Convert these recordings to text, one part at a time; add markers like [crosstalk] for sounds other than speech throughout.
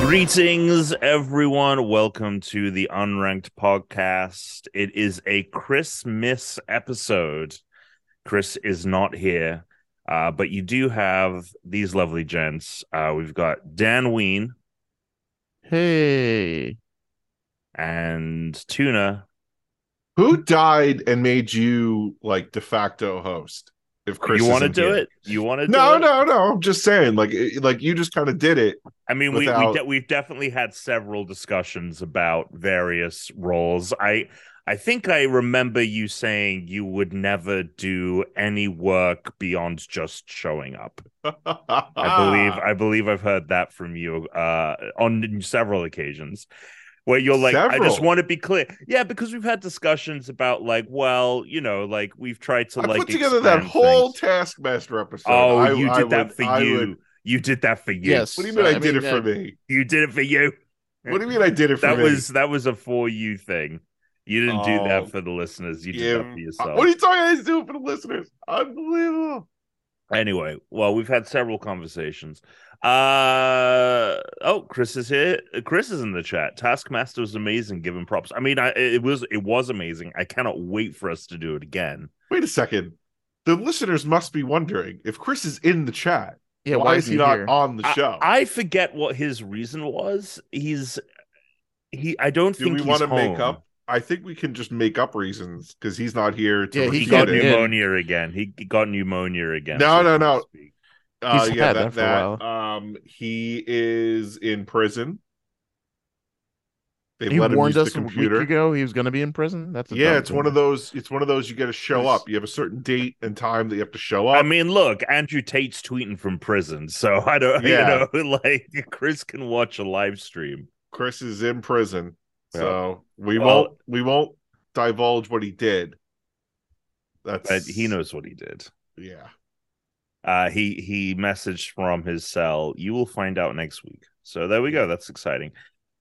Greetings, everyone. Welcome to the Unranked Podcast. It is a Christmas episode. Chris is not here, uh, but you do have these lovely gents. Uh, we've got Dan Ween Hey. and Tuna. Who died and made you like de facto host? If Chris, you want to isn't do here? it? You want to? No, do it? no, no. I'm just saying, like, it- like you just kind of did it. [laughs] I mean, we we without- de- we've definitely had several discussions about various roles. I I think I remember you saying you would never do any work beyond just showing up. Ah. I believe I believe I've heard that from you uh, on several occasions where you're like I just Several? want to be clear. Yeah, because we've had discussions about like well, you know, like we've tried to I like put together that expand whole things. Taskmaster episode. Oh, I- you I did that would- for I you. would- You did that for you. Yes. what do you mean I, I did mean, it for uh, me? You did it for you. What do you mean I did it for that me? was that was a for you thing. You didn't do Oh. that for the listeners. You did that Yeah. for Uh, yourself. What are you talking? I didn't do it for the listeners. Unbelievable. Anyway, well, we've had several conversations. Uh oh, Chris is here. Chris is in the chat. Taskmaster was amazing. Giving props. I mean, I, it was it was amazing. I cannot wait for us to do it again. Wait a second. The listeners must be wondering if Chris is in the chat. Yeah, why, is he not on the I- show? I, forget what his reason was. He's he. I don't Do think we want wanna make up? I think we can just make up reasons because he's not here. To Yeah, He He got did. refute it. pneumonia again. He got pneumonia again. No, no, he couldn't no. speak. Uh, He's yeah, had that, that for a that, Um, he is in prison. They've He let him warned use us the a week computer. ago he was going to be in prison. That's a Yeah, dumb it's one thing. of those. It's one of those. You got to show Yes. up. You have a certain date and time that you have to show up. I mean, look, Andrew Tate's tweeting from prison, so [laughs] I don't, Yeah. you know, like Chris can watch a live stream. Chris is in prison, Yeah. so we Well- won't we won't divulge what he did. That's But he knows what he did. Yeah, Uh, he he messaged from his cell. You will find out next week. So there we go. That's exciting.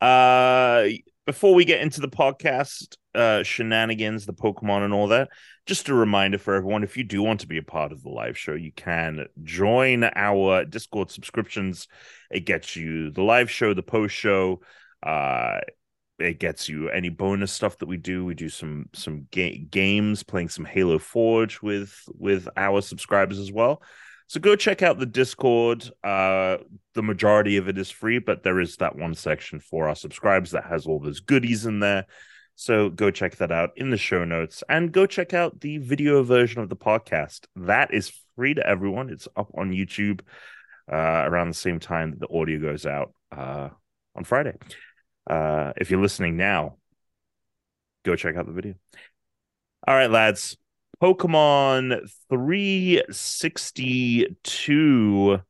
Uh, before we get into the podcast uh, shenanigans, the Pokemon, and all that, just a reminder for everyone: if you do want to be a part of the live show, you can join our Discord subscriptions. It gets you the live show, the post show. Uh, it gets you any bonus stuff that we do. We do some some ga- games, playing some Halo Forge with with our subscribers as well. So go check out the Discord. Uh, the majority of it is free, but there is that one section for our subscribers that has all those goodies in there. So go check that out in the show notes and go check out the video version of the podcast. That is free to everyone. It's up on YouTube uh, around the same time that the audio goes out uh, on Friday. Uh, if you're listening now, go check out the video. All right, lads. Pokemon 362.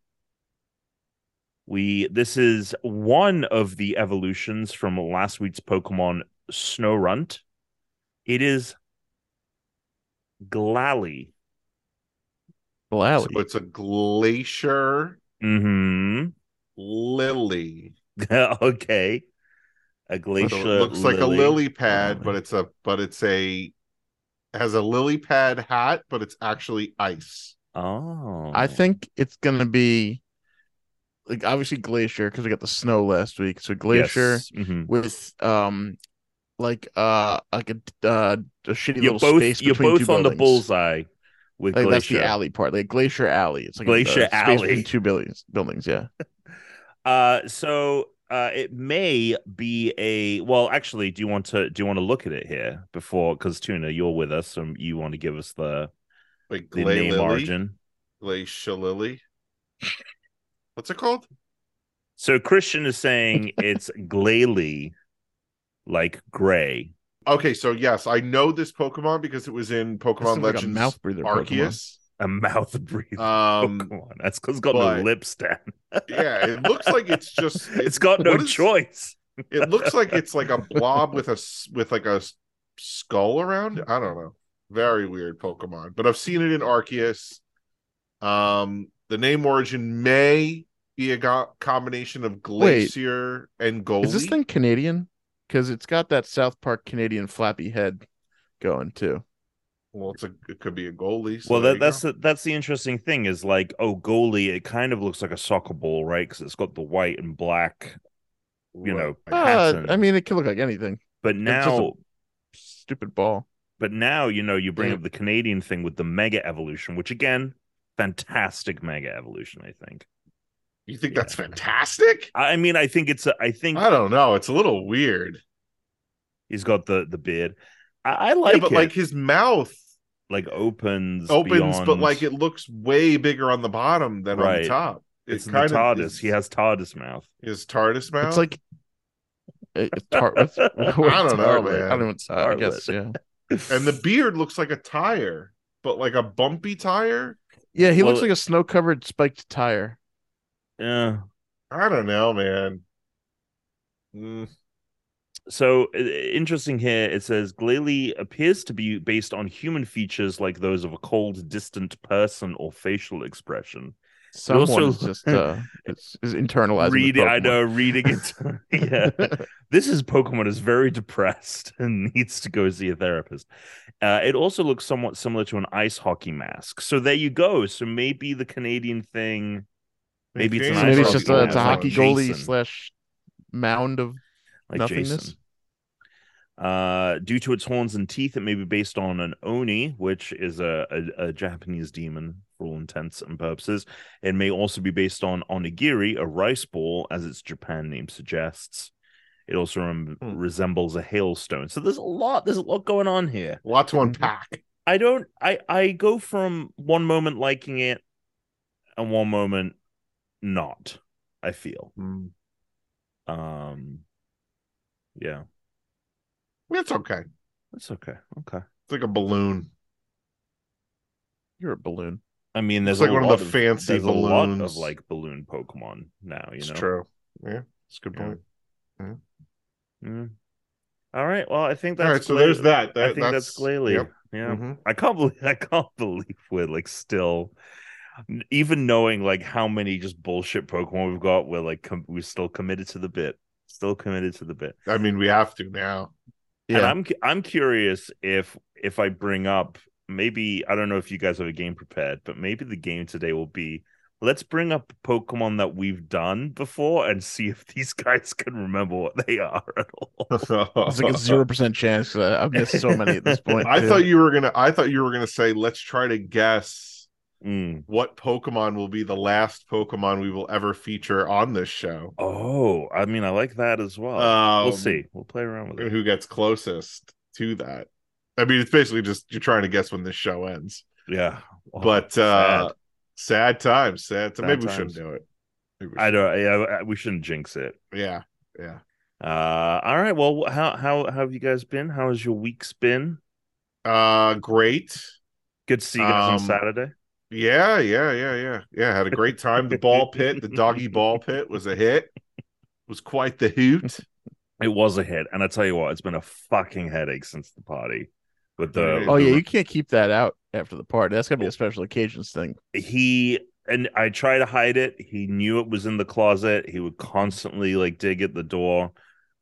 We this is one of the evolutions from last week's Pokemon Snowrunt. It is Glalie. Blally. so it's a glacier hmm lily. [laughs] okay. A So glacier. it looks like a lily pad, but it's a but it's a has a lily pad hat, but it's actually ice. Oh. I think it's going to be like obviously Glacier because we got the snow last week. So Glacier Yes. Mhm. with um like uh like a uh a shitty You're little both space you're between both two on the buildings. bullseye with Like that's glacier. the alley part, like Glacier Alley. It's like Glacier a, uh, space Alley. between two buildings. Buildings, yeah. Uh, so uh, it may be a well. Actually, do you want to do you want to look at it here before? Because Tuna, you're with us, and you want to give us the Like the gla- name lily, origin. glacier lily. What's it called? So Christian is [laughs] saying it's Glalie, like gray. Okay, so yes, I know this Pokemon because it was in This is Pokemon like a Legends mouth breather Pokemon. Arceus. A mouth [laughs] breather. Um, Come on, that's because it's got no but- lips, [laughs] Dan. yeah, it looks like it's just [laughs] it's got no what is- choice. It looks like it's like a blob with a s- with like a s- skull around. it. I don't know. Very weird Pokemon, but I've seen it in Arceus. Um, the name origin may be a go- combination of Wait. Glacier and Goldie. Is this thing Canadian? Because it's got that South Park Canadian flappy head going too. Well, it's a it could be a goalie. so well, there that, you that's go. the, that's the interesting thing is like, oh, goalie, it kind of looks like a soccer ball, right? Because it's got the white and black, you Right. know, Uh, pattern. I mean, it could look like anything. but just a- now, Stupid ball. but now, you know, you bring Mm. Yeah. up the Canadian thing with the mega evolution, which again, fantastic mega evolution. I think. You think Yeah. that's fantastic? I mean, I think it's. A, I think I don't know. It's a little weird. he's got the the beard. I, I Yeah, like but it. like his mouth like opens opens, but beyond- like it looks way bigger on the bottom than on Right. the top. It it's the kinda TARDIS. is- He has TARDIS mouth. his TARDIS mouth. It's like. It, it's tar- [laughs] [laughs] what's- what's don't know, tartlet? man. I don't know. What's, I guess. Yeah. and the beard looks like a tire, but like a bumpy tire. [laughs] Yeah. He looks Well- like a snow-covered spiked tire. yeah. I don't know, man. Mm, So i- interesting here. It says Glalie appears to be based on human features like those of a cold, distant person or facial expression. Someone's also- just [laughs] uh, is, is internalizing. the Reading, I [laughs] Pokemon. know, reading it. [laughs] [laughs] yeah, this is Pokemon is very depressed [laughs] and needs to go see a therapist. Uh, it also looks somewhat similar to an ice hockey mask. So there you go. So maybe the Canadian thing, maybe it's Maybe an So ice maybe it's hockey just a, it's mask, a like hockey goalie Jason. slash mound of like nothingness. Jason. Uh, due to its horns and teeth, it may be based on an oni, which is a, a, a Japanese demon for all intents and purposes. It may also be based on onigiri, a rice ball, as its Japan name suggests. It also rem- Hmm. resembles a hailstone. So there's a lot. There's a lot going on here. a lot to unpack. I don't. I I go from one moment liking it, and one moment not. I feel. Mm. Um. Yeah, It's okay. It's that's okay. Okay. like a balloon. You're a balloon. I mean, there's It's like a one lot of the fancy there's balloons. a lot of like balloon Pokemon now. You it's know. true. Yeah, it's a good Yeah. point. Mm. All right. Well, I think that's All right, so Gla- there's that. I think that's, Glalie. Yep. Yeah. Mhm. I can't believe [laughs] I can't believe we're like still n- even knowing like how many just bullshit Pokemon we've got, we're like com- we're still committed to the bit. Still committed to the bit. I mean, we have [laughs] to now. And Yeah. I'm cu- I'm curious if if I bring up maybe I don't know if you guys have a game prepared, but maybe the game today will be let's bring up Pokemon that we've done before and see if [laughs] these guys can remember what they are at all. [laughs] [laughs] It's like a zero percent chance. 'cause I- I've missed so many at this [laughs] point. I too. thought you were gonna. I thought you were gonna say, let's try to guess Mm. what Pokemon will be the last Pokemon we will ever feature on this show. Oh, I mean, I like that as well. Um, Oh, we'll see. We'll play around with it. who gets closest to that. I mean, it's basically just you're trying to guess when this show ends. Yeah, Well, but uh, sad. times. Sad. Oh, Sad times. maybe we times. shouldn't do it. Maybe we I don't. Yeah, we shouldn't jinx it. shouldn't. Yeah. Yeah. Uh, all right. Well, wh- how how how have you guys been? How has your week's been? Uh, great. Good to see you guys on Um, Saturday. Yeah, yeah, yeah, yeah. Yeah, had a great time. The ball pit, the doggy ball pit was a hit. Was quite the hoot. It was a hit, and I tell you what, it's been a fucking headache since the party. With the Oh the yeah, re- you can't keep that out after the party. That's gonna be a special occasions thing. he and I try to hide it. He knew it was in the closet. He would constantly like dig at the door.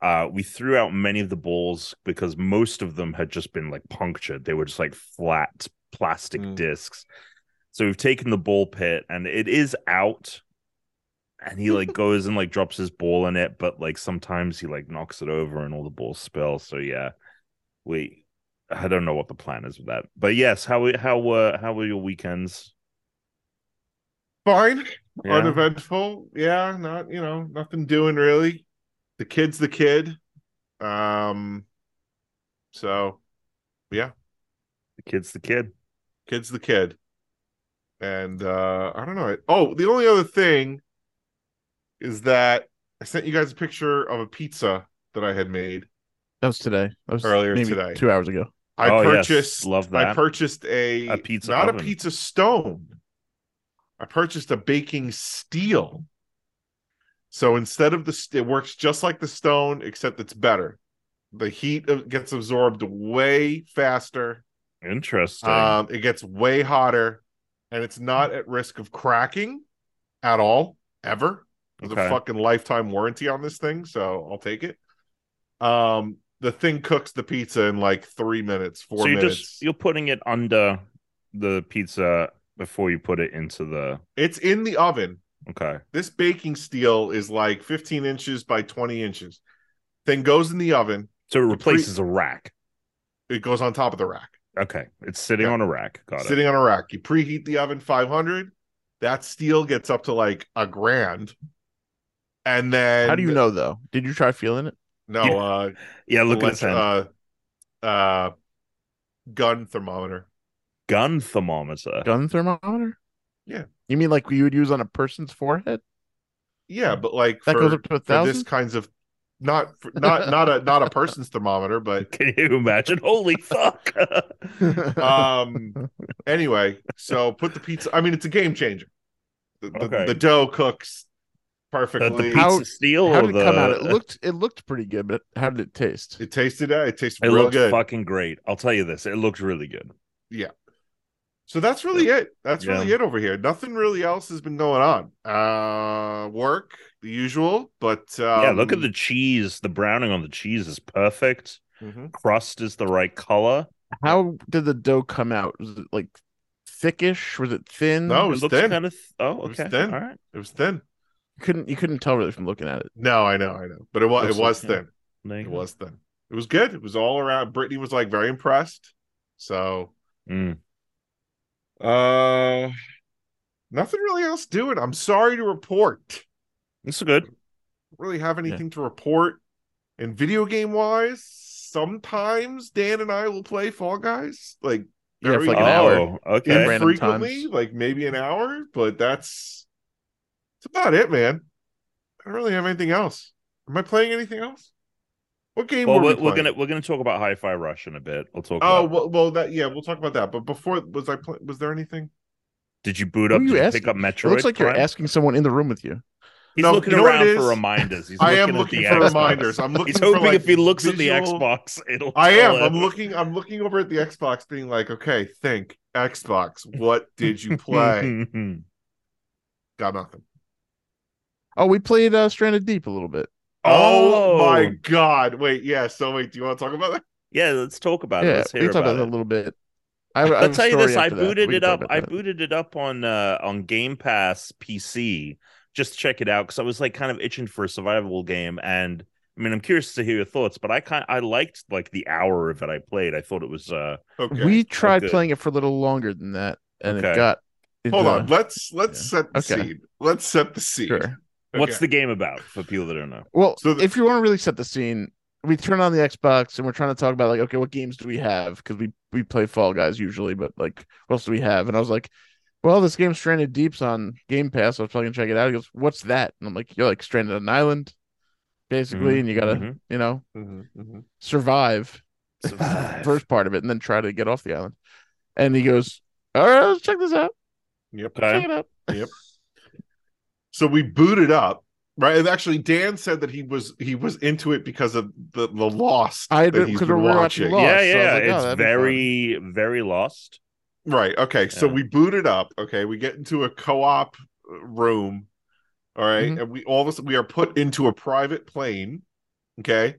Uh, we threw out many of the balls because most of them had just been like punctured. They were just like flat plastic Mm. discs. So we've taken the ball pit and it is out. And he like goes and like drops his ball in it, but like sometimes he like knocks it over and all the balls spill. So yeah, we I don't know what the plan is with that. But yes, how how were how were your weekends? Fine. Yeah. Uneventful. Yeah, not you know, nothing doing really. The kid's the kid. Um so yeah, The kid's the kid. kid's the kid. And uh I don't know. Oh, the only other thing is that I sent you guys a picture of a pizza that I had made. That was today. That was Earlier maybe today. two hours ago. I Oh, yes. purchased Love I that. purchased a, A pizza not oven. a pizza stone. I purchased a baking steel. So instead of the st- it works just like the stone except it's better. The heat of- gets absorbed way faster. Interesting. Um, it gets way hotter, and it's not at risk of cracking at all ever. There's Okay. a fucking lifetime warranty on this thing, so I'll take it. Um, the thing cooks the pizza in like three minutes, four so you're minutes. just you're putting it under the pizza before you put it into the It's in the oven. okay. This baking steel is like 15 inches by 20 inches. Thing goes in the oven. So it The pre- replaces a rack. It goes on top of the rack, Okay, it's sitting Yeah. on a rack. Got it. sitting on a rack. You preheat the oven 500. That steel gets up to like a grand. And then How do you know though? Did you try feeling it? No, Yeah. uh, Yeah, look at this elect- hand. uh, uh, gun thermometer. gun thermometer. [laughs] Gun thermometer? Yeah. You mean like you would use on a person's forehead? Hmm. Yeah, but like That for, goes up to for a this thousand. kinds of not for, not not a not a person's thermometer, [laughs] but Can you imagine? [laughs] Holy fuck! [laughs] Uh, um anyway so put the pizza i mean it's a game changer the, the, Okay. the dough cooks the, the perfectly pizza How- steel [laughs] How or did the it come out? It looked it looked pretty good, but how did it taste? it tasted uh, it tasted [laughs] It real looked good fucking great. I'll tell you this. It looked really good. so that's really it that's Yeah. really it over here nothing really else has been going on uh work the usual but um, yeah, look at the cheese. The browning on the cheese is perfect. Mhm. Crust is the right color. How did the dough come out? Was it like thickish? Was it thin? No, it It was looks thin. kind of oh It was okay. All thin. right. it was thin You couldn't you couldn't tell really from looking at it. no i know i know but it was Looks it was like- thin There you it go. was thin it was good it was all around brittany was like very impressed so Mm. uh nothing really else doing i'm sorry to report It's good. really have Yeah. anything to report. And video game wise, sometimes Dan and I will play Fall Guys, like Yeah, for Very like an oh, hour. okay. Random infrequently, times. like maybe an hour, but that's it's about it, man. I don't really have anything else. Am I playing anything else? What game Well, were we we're, we're playing? gonna we're gonna talk about Hi-Fi Rush in a bit. We'll talk. Oh about, well, well, that yeah, we'll talk about that. But before was I play, was there anything? did you boot Who up? are Did you you pick asking? up Metroid? It looks like you're Prime? asking someone in the room with you. He's No, looking you know what it around is? for reminders. He's I am looking looking at for the Xbox. [laughs] reminders. I'm looking He's for, hoping like, if he looks at the visual- Xbox, uh, it'll. I am. tell I'm him. looking. I'm looking over at the Xbox, being like, okay, think Xbox. What [laughs] did you play? Mm-hmm. Got nothing. Oh, we played uh, Stranded Deep a little bit. Oh, Oh. my god! Wait, yeah. So wait, do you want to talk about that? yeah, let's talk about it. yeah, Uh, Let's we hear talked about about that a it. little bit. I, have- I I'll have a tell you story this: I after that. booted We it can talk up. about I that. booted it up on uh, on Game Pass PC just to check it out because I was like kind of itching for a survival game. And I mean, I'm curious to hear your thoughts, but I kind I liked like the hour of it I played. I thought it was uh Okay. We tried good. playing it for a little longer than that, and Okay. it got. Hold into- on. Let's let's set the Okay. scene. Let's set the scene. Sure. what's Okay. the game about for people that don't know. Well, So the- if you want to really set the scene, we turn on the Xbox and we're trying to talk about like, okay, what games do we have? Because we we play Fall Guys usually, but like, what else do we have? And I was like, well, this game Stranded Deep's on Game Pass. so I was probably gonna check it out. He goes, what's that? And I'm like, you're like stranded on an island, basically, Mm-hmm. and you gotta, Mhm. you know, Mhm, mm-hmm. mhm. survive [sighs] Survive. first part of it, and then try to get off the island. And he goes, all right, let's check this out. Yep. Okay. Check it out. So we booted up. Right, and actually, Dan said that he was he was into it because of the the lost I that had- he's 'cause been we were watching Lost. yeah, so I was yeah, like, oh, it's that'd be fun. very very lost. Right. Okay. So Yeah. we boot it up. Okay. We get into a co-op uh, room. All right, Mhm. And we all of a sudden we are put into a private plane. Okay.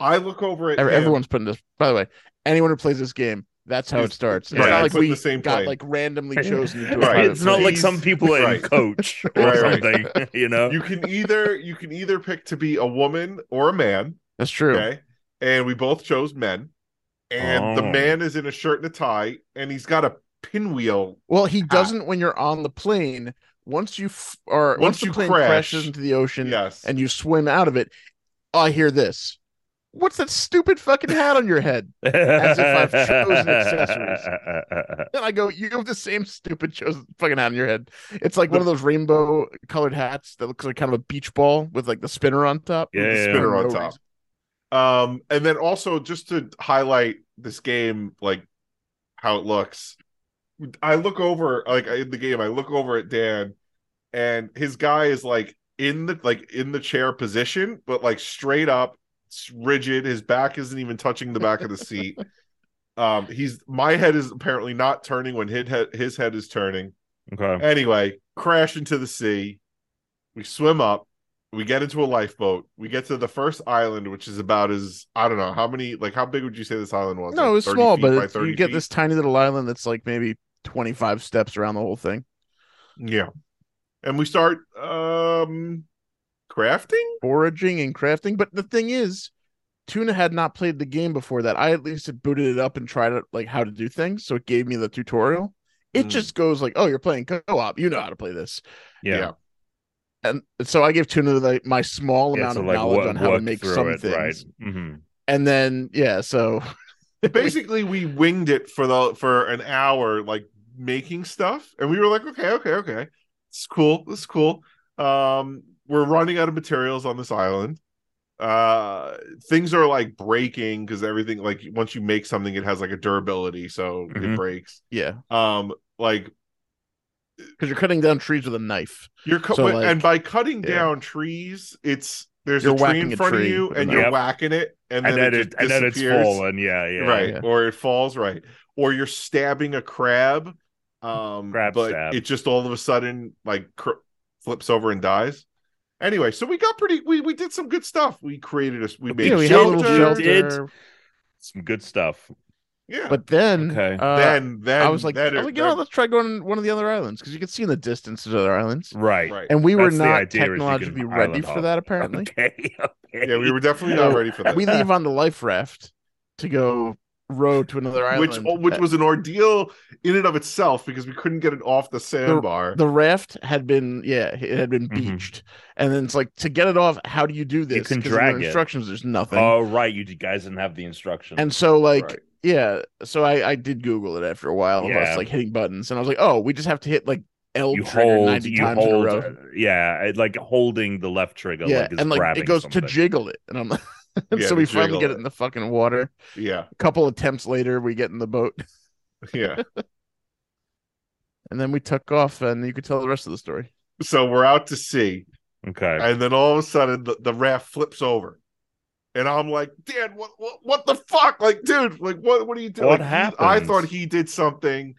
I look over at Ev- him. Everyone's putting this. By the way, anyone who plays this game, that's how Is- it starts. It's right, not I'm like putting we the same got plane. like [laughs] randomly Right. chosen. Into a Right. private It's not plane. like some people are in Right. coach or Right, right. something, [laughs] you know. You can either you can either pick to be a woman or a man. That's true. Okay. And we both chose men. And the Oh. man is in a shirt and a tie, and he's got a pinwheel. Well, he doesn't when you're on the plane. Once you f- or once, Once the you plane crash- crashes into the ocean Yes. and you swim out of it, I hear this. What's that stupid fucking hat on your head? [laughs] As if I've chosen accessories. And I go, you have the same stupid chosen fucking hat on your head. It's like one of those rainbow colored hats that looks like kind of a beach ball with like the spinner on top. Yeah, yeah, yeah. spinner For on no top. reason. Um, and then also just to highlight this game, like how it looks. I look over, like in the game, I look over at Dan, and his guy is like in the like in the chair position, but like straight up, s- rigid. His back isn't even touching the back of the seat. Um, he's my head is apparently not turning when his head, his head is turning. [laughs] Okay. Anyway, crash into the sea. We swim up. we get into a lifeboat. We get to the first island, which is about as I don't know how many. Like, how big would you say this island was? No, Like it was 30 small, feet but by it's- you 30 get feet? this tiny little island that's like maybe 25 steps around the whole thing. Yeah, and we start um crafting. Foraging and crafting. But the thing is, Tuna had not played the game before that. I at least had booted it up and tried it like how to do things. So it gave me the tutorial. It Hmm. Mm. just goes like, oh, you're playing co op. You know how to play this. Yeah. Yeah. And so I gave Tuna the, my small Yeah, amount so, of like, knowledge wo- on how to work make through some it, things. right. Mhm. And then, yeah, so [laughs] Basically, we winged it for the for an hour, like making stuff, and we were like, okay, okay, okay, it's cool, it's cool. Um, we're running out of materials on this island. Uh, things are like breaking because everything like once you make something, it has like a durability, so Mhm. Mm-hmm. it breaks. yeah, Um, like because you're cutting down trees with a knife. You're cu- So, but- like- and by cutting yeah. down trees, it's there's You're a tree whacking in a front tree of you, with and a you're knife. whacking it, and And then then, it, it, just and then it's disappears. fallen. Yeah, yeah. right, yeah. or it falls right, or you're stabbing a crab, um, Crab but stab. it just all of a sudden like cr- flips over and dies. Anyway, so we got pretty, we we did some good stuff. We created a, we made yeah, we had a shelter, little shelter. shelter. We did. Some good stuff. yeah. But then, Okay. uh, then then I was like, "Oh then I it- was like, you know, then- let's try going to one of the other islands because you can see in the distance the other islands. Right. right. And we were That's the not idea is you can technologically island ready for hop. that, apparently. [laughs] Okay. okay. yeah, we were definitely not So, ready for that. [laughs] we leave on the life raft to go row to another which oh, island. Uh, which was an ordeal in and of itself because we couldn't get it off the sandbar. the raft had been, yeah, it had been Mhm. beached. And then it's like, to get it off, how do you do this? can 'Cause in the drag it. instructions, there's nothing. Oh, right. You guys didn't have the instructions. And so, like, Right. yeah, so I I did Google it after a while of Yeah. us like hitting buttons, and I was like, oh, we just have to hit like L you trigger hold, ninety you times in a hold, row. yeah, it- like holding the left trigger, yeah, like is and like grabbing it goes something. to jiggle it, and I'm [laughs] like, and Yeah, so to we finally jiggle get it. it in the fucking water. yeah, [laughs] A couple attempts later, we get in the boat, yeah. and then we took off, and you could tell the rest of the story. so we're out to sea, okay, and then all of a sudden the, the raft flips over, and I'm like, Dan, what, what, what the fuck, like, dude, like, what, what are you doing? What Like, he- I happens? thought he did something,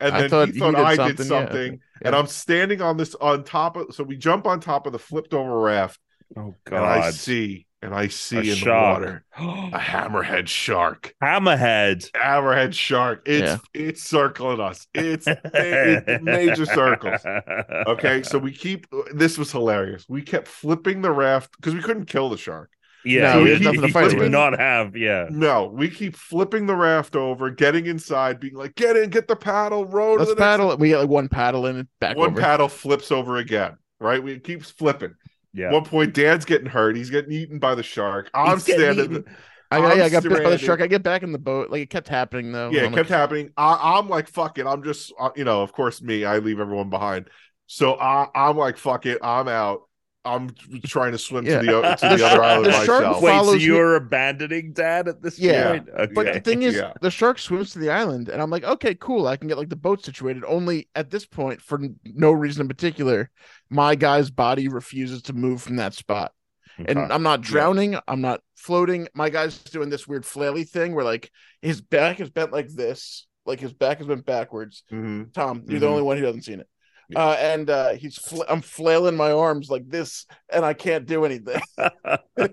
and I then thought he you thought did I did something, yeah. something, and Yeah. I'm standing on this on top of. So we jump on top of the flipped over raft, oh and I god, see, and I see a in shark. the water a hammerhead shark. [gasps] hammerhead. hammerhead shark. It's it's circling us. It's it- major circles. [laughs] Okay, so we keep this was hilarious. We kept flipping the raft because we couldn't kill the shark. yeah, No, we there's he, nothing to he fight did with. not have. Yeah, No, we keep flipping the raft over, getting inside, being like, "Get in, get the paddle, row to Let's the next." paddle. it. We get like one paddle in and back One over. paddle flips over again. Right, we it keeps flipping. yeah. At one point, Dad's getting hurt. He's getting eaten by the shark. I'm He's getting standing. eaten. I, got- I'm yeah, I got bit by the stranded. shark. I get back in the boat. Like it kept happening though. yeah, it and I'm kept like, happening. I, I'm like, fuck it. I'm just, uh, you know, of course, me. I leave everyone behind. So I, I'm like, fuck it. I'm out. I'm trying to swim Yeah. to the o- to The the other island [laughs] the shark myself. Wait, so follows me- you're abandoning dad at this Yeah. point? Okay. But the thing is, Yeah. the shark swims to the island, and I'm like, okay, cool. I can get like the boat situated. Only at this point, for n- no reason in particular, my guy's body refuses to move from that spot. And Okay. I'm not drowning. I'm not floating. My guy's doing this weird flaily thing where like his back is bent like this, like his back is bent backwards. Mhm. Tom, you're the Mhm. only one who hasn't seen it. Yeah. Uh, and uh, he's fl- I'm flailing my arms like this, and I can't [laughs] do anything, [laughs] and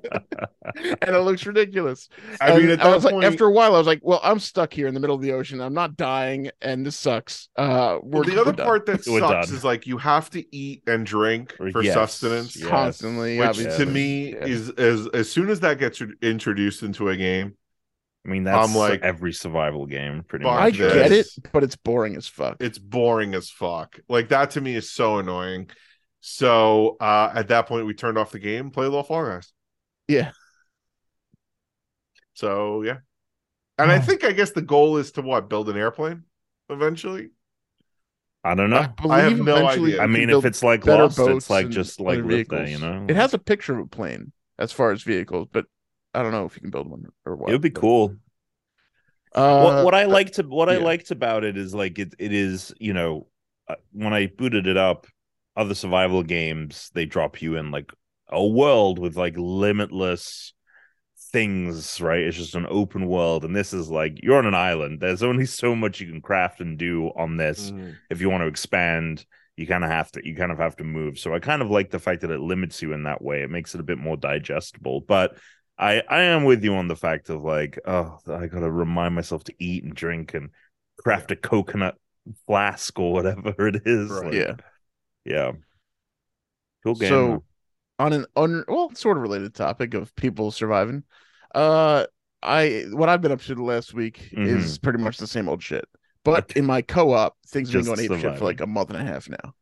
it looks ridiculous. I mean, And at I that was point, like, after a while, I was like, well, I'm stuck here in the middle of the ocean. I'm not dying, and this sucks. Uh, we're, well, the other we're done. part that We're sucks done. is like you have to eat and drink for Yes, sustenance, yes. Constantly, which obviously. to me Yeah. is as as soon as that gets introduced into a game, I mean, that's I'm like- every survival game, pretty Fuck much. I get it, this. but it's boring as fuck. it's boring as fuck. Like that to me is so annoying. So uh at that point, we turned off the game, played a little Fall Guys. Yeah. So yeah, and I Oh. think I guess the goal is to what build an airplane eventually. I don't know. believe I have no eventually idea. you I can mean, if build- it's like better Lost, it's boats like and just like other live there, you vehicles. know. it has a picture of a plane as far as vehicles, but I don't know if you can build one or what. It would be but- cool. Uh, what what I liked what I yeah. liked about it is like it it is you know uh, when I booted it up, other survival games they drop you in like a world with like limitless things right it's just an open world and this is like you're Mm. on an island there's only so much you can craft and do on this if you want to expand you kind of have to you kind of have to move. So I kind of like the fact that it limits you in that way. It makes it a bit more digestible. But I I am with you on the fact of like, oh, I gotta remind myself to eat and drink and craft a coconut flask or whatever [laughs] it is. Right. Like, Yeah. yeah. Cool game. So- though. On an un well, sort of related topic of people surviving. Uh I what I've been up to the last week is pretty much the same old shit. But in my co-op, things have been Just going ape shit surviving. for like a month and a half now.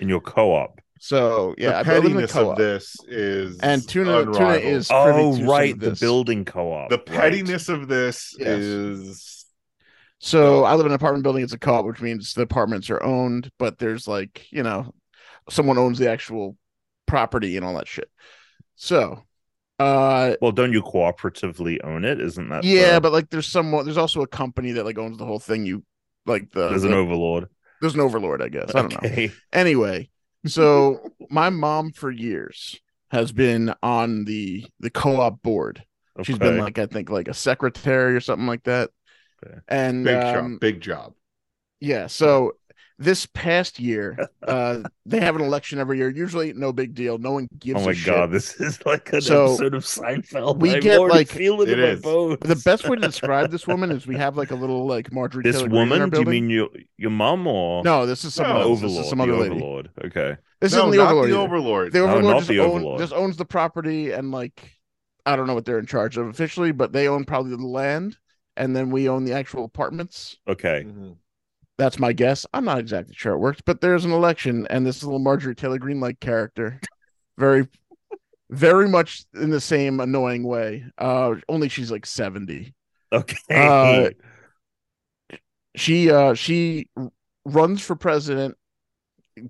in your co-op. So yeah, the I've been living in pettiness co-op. of this is And tuna- tuna unrivaled. is- privy to Oh some of right, the this. building co-op. the right. pettiness of this Yes. is So I live in an apartment building. It's a co-op, which means the apartments are owned, but there's like you know, someone owns the actual property and all that shit. So, uh, Well, don't you cooperatively own it? Isn't that yeah, the- but like there's someone. There's also a company that like owns the whole thing. You like the there's an overlord. there's an overlord, I guess. I don't know. Okay. [laughs] Anyway, so my mom for years has been on the the co-op board. She's been Okay. like I think like a secretary or something like that. Okay. And big um, job. Big job. Yeah. So this past year, [laughs] uh, they have an election every year. Usually, no big deal. No one gives Oh a my shit. god, this [laughs] is like an So, episode of Seinfeld. we I'm get, already like- feeling It in my is. bones. The best way to describe this woman is we have like a little like Marjorie. this Taylor Greene in our woman? Do you building. mean your your mom or Oh, no? This is someone No, The else. overlord? This is some the other lady. overlord. Okay. This no, isn't the not overlord. the either. overlord. The No, overlord, not just, the own- overlord. just owns the property and like I don't know what they're in charge of officially, but they own probably the land, and then we own the actual apartments. Okay. [laughs] Mhm. That's my guess. I'm not exactly sure it works, but there's an election, and this little Marjorie Taylor Greene like character, very, very much in the same annoying way. Uh, only she's like 70. Uh, Okay. She uh she r- runs for president,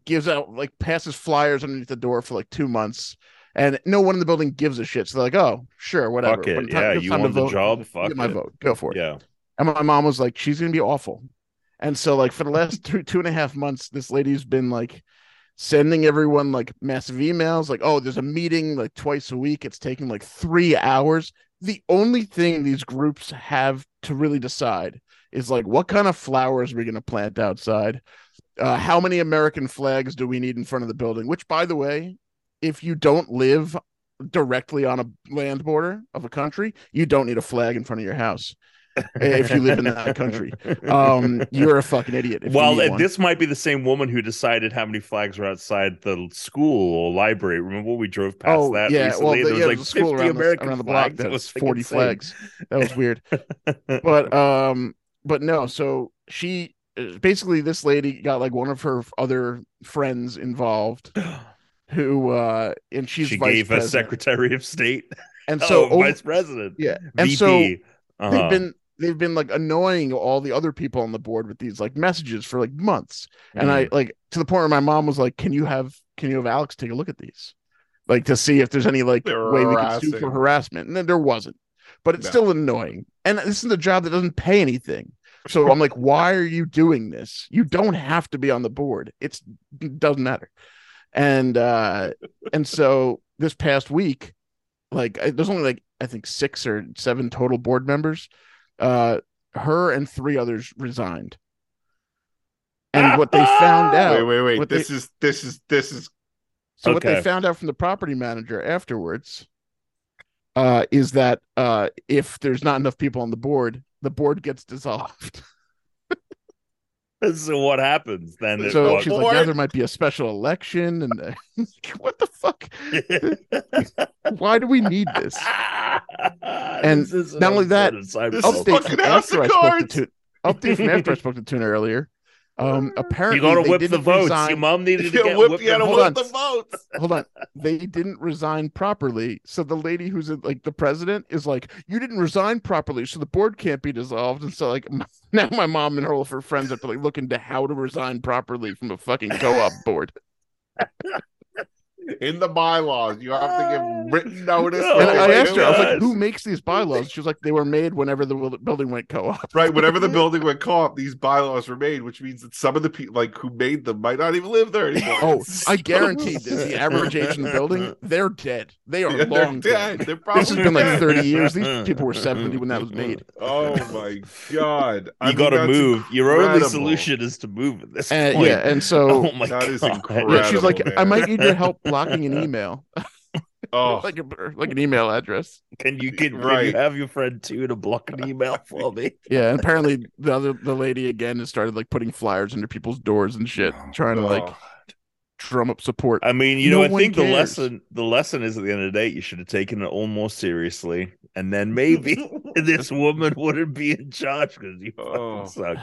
gives out like passes flyers underneath the door for like two months, and no one in the building gives a shit. So they're like, oh sure, whatever. Fuck When it. time- Yeah, it's you time to want the vote, job? Fuck Get my it. vote. Go for it. Yeah. And my mom was like, she's gonna be awful. And so, like, for the last two two and a half months, this lady's been like sending everyone like massive emails, like, oh, there's a meeting like twice a week. It's taking like three hours. The only thing these groups have to really decide is like what kind of flowers are we gonna plant outside? Uh, how many American flags do we need in front of the building? Which, by the way, if you don't live directly on a land border of a country, you don't need a flag in front of your house [laughs] if you live [laughs] in that country. um you're a fucking idiot if you well, need uh, one. this might be the same woman who decided how many flags were outside the school or library. Remember we drove past oh that yeah recently? well the, there was yeah, like the school 50 around, American the, around the block flags. that It was like, 40 insane. [gasps] flags [gasps] that was weird but [laughs] um but no so she uh, basically this lady got like one of her other friends involved who uh and she's she vice gave us president. Secretary of State. [laughs] and So [laughs] so over- vice president. yeah and VP. so Uh-huh. they've been they've been like annoying all the other people on the board with these like messages for like months Mm-hmm. [laughs] and i Mm-hmm. like to the point where my mom was like can you have can you have alex take a look at these like to see if there's any like They're way we can sue for harassing. harassment and then there wasn't but it's No. still annoying and this is a job that doesn't pay anything [laughs] so i'm like why are you doing this you don't have to be on the board it's it doesn't matter and uh and so this past week like I- there's only like i think six or seven total board members uh her and three others resigned and what they found out Wait, wait, wait. Oh, What this is this is this is so what they Okay. found out from the property manager afterwards uh, is that uh, if there's not enough people on the board, the board gets dissolved. so what happens then? It- so what- she's like, yeah, there might be a special election, and [laughs] uh, what the fuck? [laughs] Why do we need this? And This is an not only that, episode Oh, of Seinfeld. this is Update fucking from House after of I spoke to Cards. Tuna. Update from after I spoke to Tuna earlier. Um, apparently you gotta they whip the didn't votes. resign- Your mom needed [laughs] [laughs] to You get whip- whipped. you gotta the hold whip on. the votes. hold on they didn't resign properly so the lady who's in, like the president is like you didn't resign properly so the board can't be dissolved and so like [laughs] m- now my mom and all of her friends have to like look into how to resign properly from a fucking co-op board in the bylaws. You have to give written notice. No. Uh, and I my asked her, I was like, gosh. "Who makes these bylaws?" She was like, "They were made whenever the wil- building went co-op." right, whenever [laughs] the building went co-op, these bylaws were made, which means that some of the people like who made them might not even live there anymore. Oh, I guarantee this. The average age in the building, they're dead. They are Yeah, they're [laughs] long dead. dead. They're probably [laughs] This has been like [laughs] dead. 30 years. These people were 70 when that was made. [laughs] Oh my god! You got to that's move. Your only incredible. solution is to move at this And, point. Uh, yeah, and [laughs] so [laughs] oh my That is god. incredible. yeah, she's like, man. "I might need your [laughs] help blocking an email, [laughs] Oh, like a, like an email address." Can you can, can Right. you have your friend too to block an email for me? Yeah, and apparently the other the lady again has started like putting flyers under people's doors and shit, trying to like oh. drum up support. I mean, you No know, I one think the cares. lesson the lesson is at the end of the day, you should have taken it all more seriously, and then [laughs] maybe [laughs] this woman wouldn't be in charge because you fucking Oh. sucks.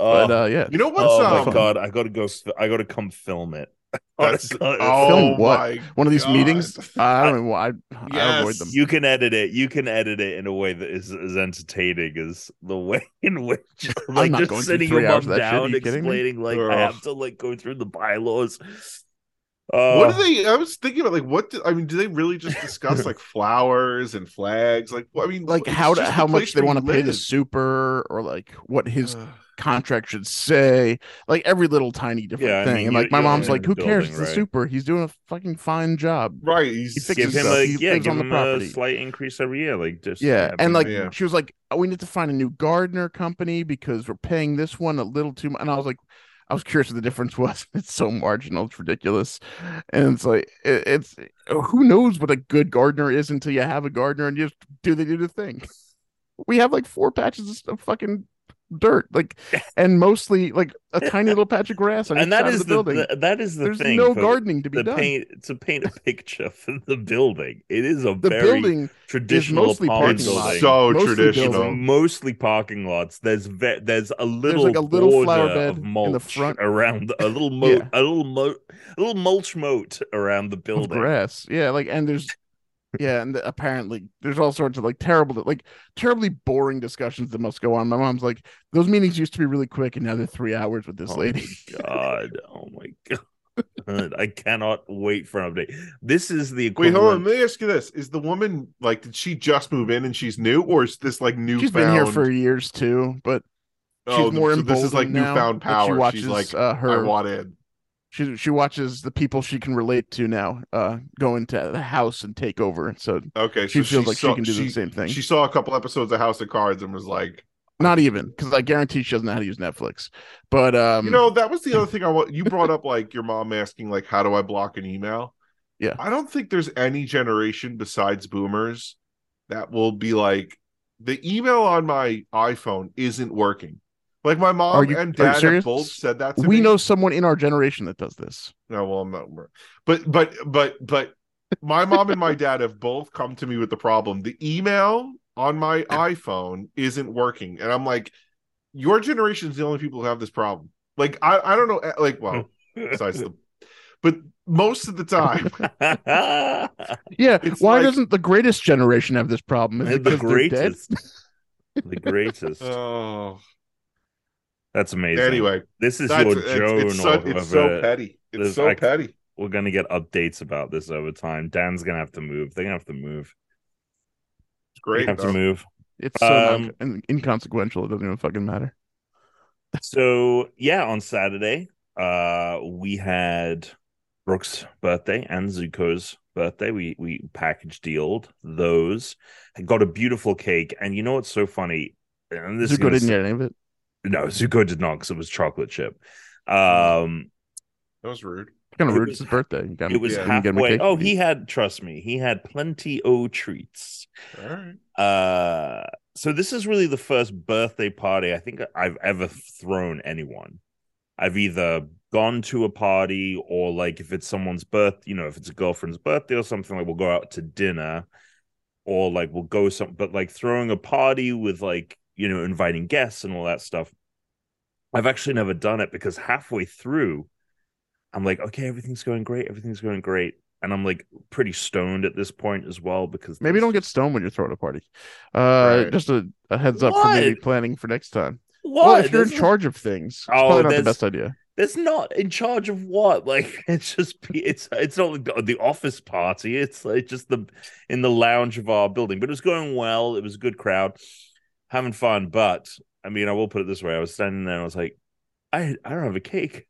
Oh, [sighs] But uh, yeah, you know what's oh um, my god, I gotta go. f- I gotta come film it. [laughs] That's- God, it's- Oh Film what? my one of these God. meetings, [laughs] I don't know why I, I avoid Yes. them. you can edit it. You can edit it in a way that is as entertaining as the way [laughs] in which [laughs] like not just going through sitting three your hours mom of that shit. Are down, you kidding me? explaining like I Ugh. have to like go through the bylaws. what Uh, do they? I was thinking about like what? Do, I mean, do they really just [laughs] discuss like flowers and flags? Like, what- I mean, like it's how to, just how the much place they where want you to pay the live. super or like what his Ugh. contract should say like every little tiny different Yeah, I thing mean, and you- like my you mom's own like the who cares building, it's right? the super he's doing a fucking fine job right? He's, He give fixes him stuff. like He yeah, lives give on the him a property. slight increase every year, like just yeah and be- like yeah. she was like oh, we need to find a new gardener company because we're paying this one a little too much and i was like i was curious what the difference [laughs] was it's so marginal it's ridiculous and it's like it, it's who knows what a good gardener is until you have a gardener and you just do they do the thing we have like four patches of stuff, fucking dirt [laughs] like and mostly like a tiny little patch of grass on and each that side of is the the, building the- that is the there's thing. no for gardening to be To done paint to paint a picture for the building, it is a the very building traditional mostly apartment parking lot. building. so Mostly traditional. it's building. mostly parking lots. There's ve- there's a little like, a little flower border bed of in the mulch front. around a little moat, [laughs] Yeah. a little moat, a little mulch moat around the of building. grass. Yeah, like and there's yeah, and apparently there's all sorts of like terrible like terribly boring discussions that must go on. My mom's like, those meetings used to be really quick and now they're three hours with this Oh lady. [laughs] my God, oh my [laughs] god, I cannot wait for an update. This is the Wait, equivalent. hold on. Let me ask you this: Is the woman like did she just move in and she's new, or is this like new? She's been here for years too, but she's oh, more so this is like emboldened now newfound that She power. watches she's like, uh, I her want in. she she watches the people she can relate to now uh go into the house and take over. So Okay, she so feels like saw- she can do the same thing. She saw a couple episodes of House of Cards and was like, Not even because I guarantee she doesn't know how to use Netflix. But um you know, that was the other thing I want. You brought up like your mom asking like, how do I block an email? Yeah. I don't think there's any generation besides Boomers that will be like, the email on my iPhone isn't working. Like my Are mom you- and are you dad have serious? both said that. To we me. know someone in our generation that does this. [laughs] No, well, I'm not. But but but but my mom and my dad have both come to me with the problem. The email on my iPhone isn't working, and I'm like, your generation is the only people who have this problem. Like I I don't know. eh, Like well, [laughs] besides the, but most of the [laughs] time, Yeah. It's Why like- doesn't the greatest generation have this problem? Is it the because they're dead? greatest. The greatest. oh, That's amazing. anyway, this is that's your it's, Joan it's, or so, it's so whoever. petty. It's There's- so I- petty. uh, We're gonna get updates about this over time. Dan's gonna have to move. They're gonna have to move. It's They great. have to though. move. It's so non- Um, in- inconsequential. It doesn't even fucking matter. So yeah, on Saturday, uh, we had Brooke's birthday and Zuko's birthday. We we package dealed those. I got a beautiful cake, and you know what's so funny? And this is Zuko gonna didn't s- get any of it. no Zuko did not because it was chocolate chip. Um, That was rude. Kind of It rude. was- It's his birthday. You got it was yeah. didn't get him a halfway. cake. Oh, he had trust me, he had plenty o treats. All right. Uh, so this is really the first birthday party I think I've ever thrown anyone. I've either gone to a party or like if it's someone's birth, you know, if it's a girlfriend's birthday or something, like we'll go out to dinner or like we'll go some but like throwing a party with like, you know, inviting guests and all that stuff. I've actually never done it because halfway through I'm like, okay, everything's going great, everything's going great. And I'm like pretty stoned at this point as well because Maybe there's- don't get stoned when you're throwing a party. Uh, Right. just a, a heads up for maybe planning for next time. Well, if you're in This is- charge of things, it's Oh, probably not the that's- best idea. That's not in charge of what. Like [laughs] it's just pe- it's it's not like the- the office party. It's like just the in the lounge of our building. But it was going well. It was a good crowd, having fun. But I mean, I will put it this way: I was standing there and I was like, I I don't have a cake.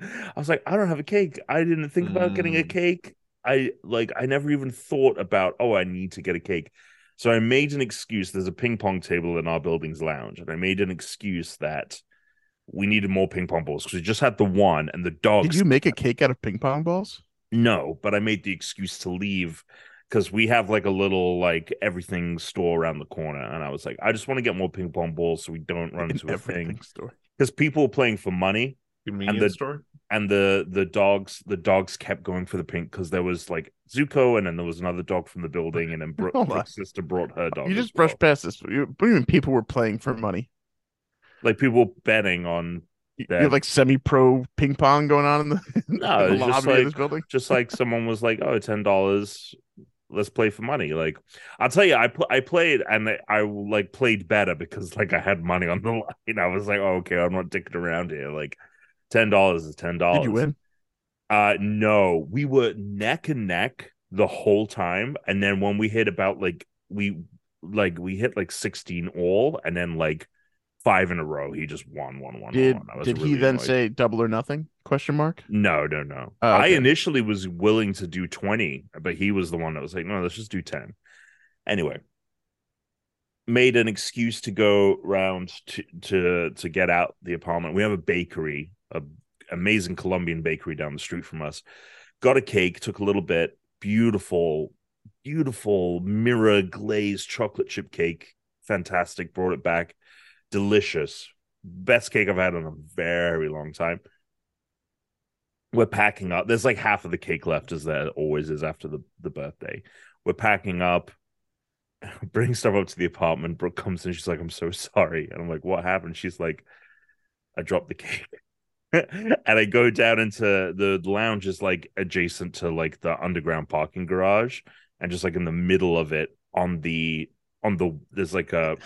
I was like, I don't have a cake. I didn't think about getting a Mm. cake. I like I never even thought about oh I need to get a cake. So I made an excuse. There's a ping pong table in our building's lounge, and I made an excuse that we needed more ping pong balls because we just had the one and the Did dogs. you make a cake out of ping pong balls? No, but I made the excuse to leave because we have like a little like everything store around the corner, and I was like, I just want to get more ping pong balls so we don't run into In a everything thing store. because people were playing for money Convenience store. and the the dogs the dogs kept going for the pink because there was like Zuko and then there was another dog from the building and then [laughs] Brooke, Hold on. Brooke's sister brought her dog. Oh You as just brushed well. past this. You, what do you mean people were playing for money? like people were betting on You, you Yeah. have like semi-pro ping pong going on in the, [laughs] in No, the it's lobby just of like- this building. just like someone was like oh ten dollars let's play for money like I'll tell you I pl- I played and I, I like played better because like I had money on the [laughs] line I was like oh, okay I'm not dicking around here like ten dollars is ten dollars Did you win? Uh no, we were neck and neck the whole time. And then when we hit about like we like we hit like 16 all and then like five in a row, he just won one one Did one. I Oh, was did he really then annoyed. say double or nothing? Question mark. no, no, no. Oh, okay. I initially was willing to do 20, but he was the one that was like, no, let's just do 10. Anyway, made an excuse to go round to to to get out the apartment. We have a bakery, a amazing Colombian bakery down the street from us. Got a cake, took a little bit, beautiful, beautiful mirror glazed chocolate chip cake. Fantastic. Brought it back. Delicious. Best cake I've had in a very long time. We're packing up. There's like half of the cake left, as there always is after the, the birthday. We're packing up, [laughs] bring stuff up to the apartment. Brooke comes in. She's like, I'm so sorry. And I'm like, what happened? She's like, I dropped the cake. [laughs] and I go down into the lounge is like adjacent to like the underground parking garage and just like in the middle of it on the on the there's like a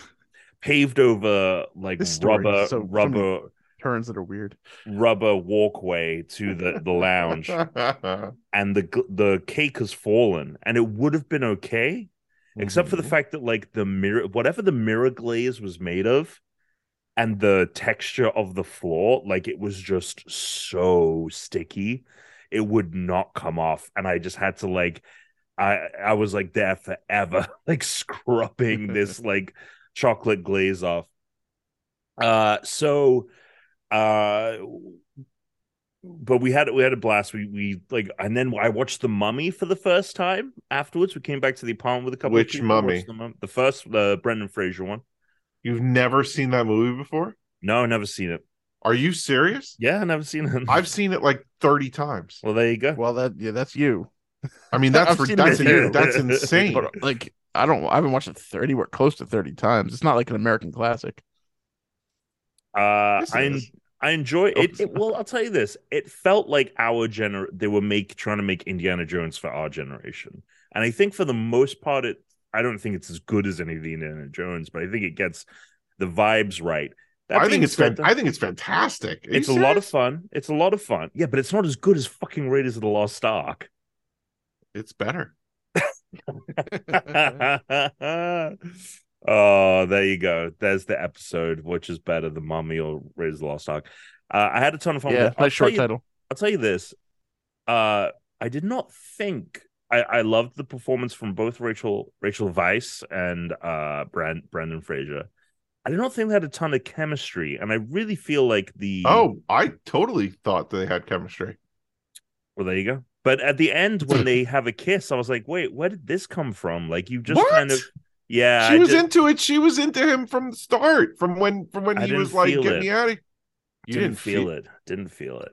paved over like This story is rubber so- so many- rubber Turns that are weird. rubber walkway to the the lounge and the gl- the cake has fallen and it would have been okay except for the Mhm. fact that like the mirror whatever the mirror glaze was made of and the texture of the floor like it was just so sticky it would not come off and i just had to like i i was like there forever [laughs] like scrubbing this like chocolate glaze off uh so uh but we had we had a blast we we like and then i watched the mummy for the first time afterwards we came back to the apartment with a couple Which of people, watched Mummy? the, mum- the first the brendan fraser one [laughs] You've never seen that movie before? no never seen it Are you serious? yeah never seen it I've seen it like 30 times. well there you go Well, that yeah, that's you. I mean, that's I've for, seen it that's with you. that's insane. But uh, like, I don't. I haven't watched it thirty. We're close to thirty times. It's not like an American classic. uh Yes, it i is. I enjoy Oh. it, it. Well, I'll tell you this: it felt like our gener they were make trying to make Indiana Jones for our generation, and I think for the most part, it I don't think it's as good as any of the Indiana Jones, but I think it gets the vibes right. That I being think it's said, fan- though, I think it's fantastic. Are you it's a lot of serious? fun. It's a lot of fun. Yeah, but it's not as good as fucking Raiders of the Lost [laughs] Ark. [laughs] It's better. oh, there you go. There's the episode, which is better than Mummy or Raiders of the Lost Ark. Uh, I had a ton of fun. yeah, with it. I'll nice short tell you- title. I'll tell you this. Uh, I did not think I, I loved the performance from both Rachel Rachel Weiss and uh Brand, Brandon Fraser. I did not think they had a ton of chemistry, and I really feel like the Oh, I totally thought they had chemistry. well, there you go. But at the end, [laughs] when they have a kiss, I was like, wait, where did this come from? Like you just What? kind of yeah. she I was did- into it. She was into him from the start. From when from when I he didn't was like, feel "Get it. me out of." You didn't, feel it. Didn't feel it.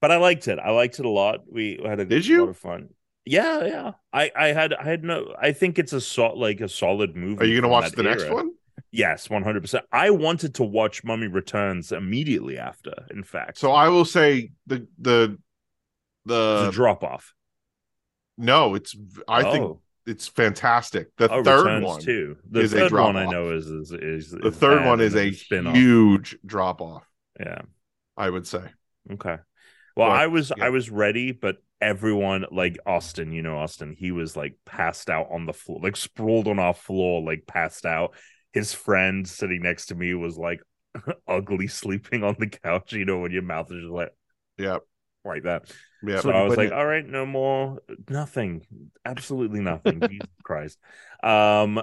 But I liked it. I liked it a lot. We had a Did you? lot of fun. Yeah, yeah. I I had I had no. I think it's a so, like a solid movie. Are you from gonna watch that the next era. one? Yes, one hundred percent. I wanted to watch Mummy Returns immediately after. In fact, So I will say the the the the drop off. no. It's I think oh, it's fantastic. The oh, third Returns one, too. The is a third one I drop-off. know is is, is the third one is a spin off. huge drop off. Yeah, I would say. Okay. Well, Well, I was yeah. I was ready, but everyone like Austin, you know Austin, he was like passed out on the floor, like sprawled on our floor, like passed out. His friend sitting next to me was like [laughs] ugly sleeping on the couch, you know, when your mouth is just like Yep. like that. Yeah. So I was Wouldn't like, all right, no more, nothing, absolutely nothing. Jesus Christ. Um,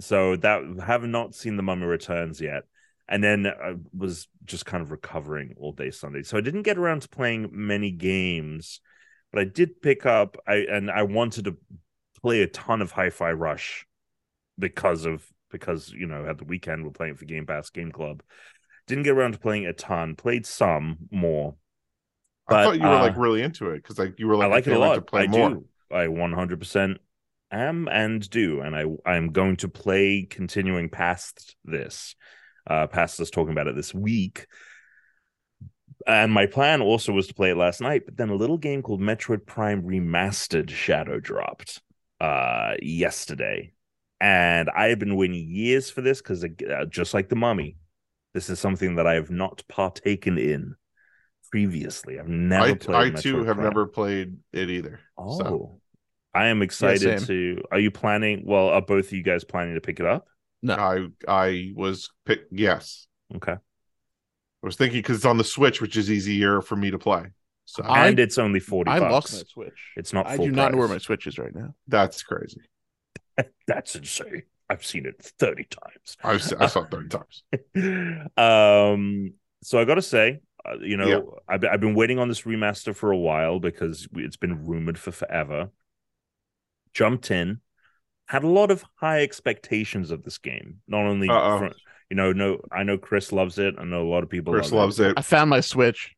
so that have not seen the Mummy Returns yet, and then I was just kind of recovering all day Sunday, so I didn't get around to playing many games, but I did pick up. I and I wanted to play a ton of Hi-Fi Rush because of because you know at the weekend we're playing for Game Pass Game Club. Didn't get around to playing a ton. Played some more, but, I thought you were uh, like really into it because like you were like, I like it "Okay, a I'd like lot. To play I more. do. I 100% am and do, and I I'm going to play continuing past this, uh, past us talking about it this week. And my plan also was to play it last night, but then a little game called Metroid Prime Remastered Shadow dropped uh, yesterday, and I have been waiting years for this because uh, just like the Mummy, this is something that I have not partaken in previously. I've never I, played. I too Metroid have Prime. never played it either. Oh, So I am excited same. to. Are you planning? Well, are both of you guys planning to pick it up? I I was pick yes. Okay, I was thinking because it's on the Switch, which is easier for me to play. So I- and it's only forty I bucks. lost my Switch. It's not. I full do not know where my price. Switch is right now. that's crazy. That's insane. I've seen it thirty times. I've s- I saw it thirty times. um. So I got to say, uh, you know, I've, I've been waiting on this remaster for a while because it's been rumored for forever. Jumped in, had a lot of high expectations of this game. Not only, Uh-oh. from, you know, no, I know Chris loves it. I know a lot of people. love Chris it. loves it. I found [laughs] my Switch.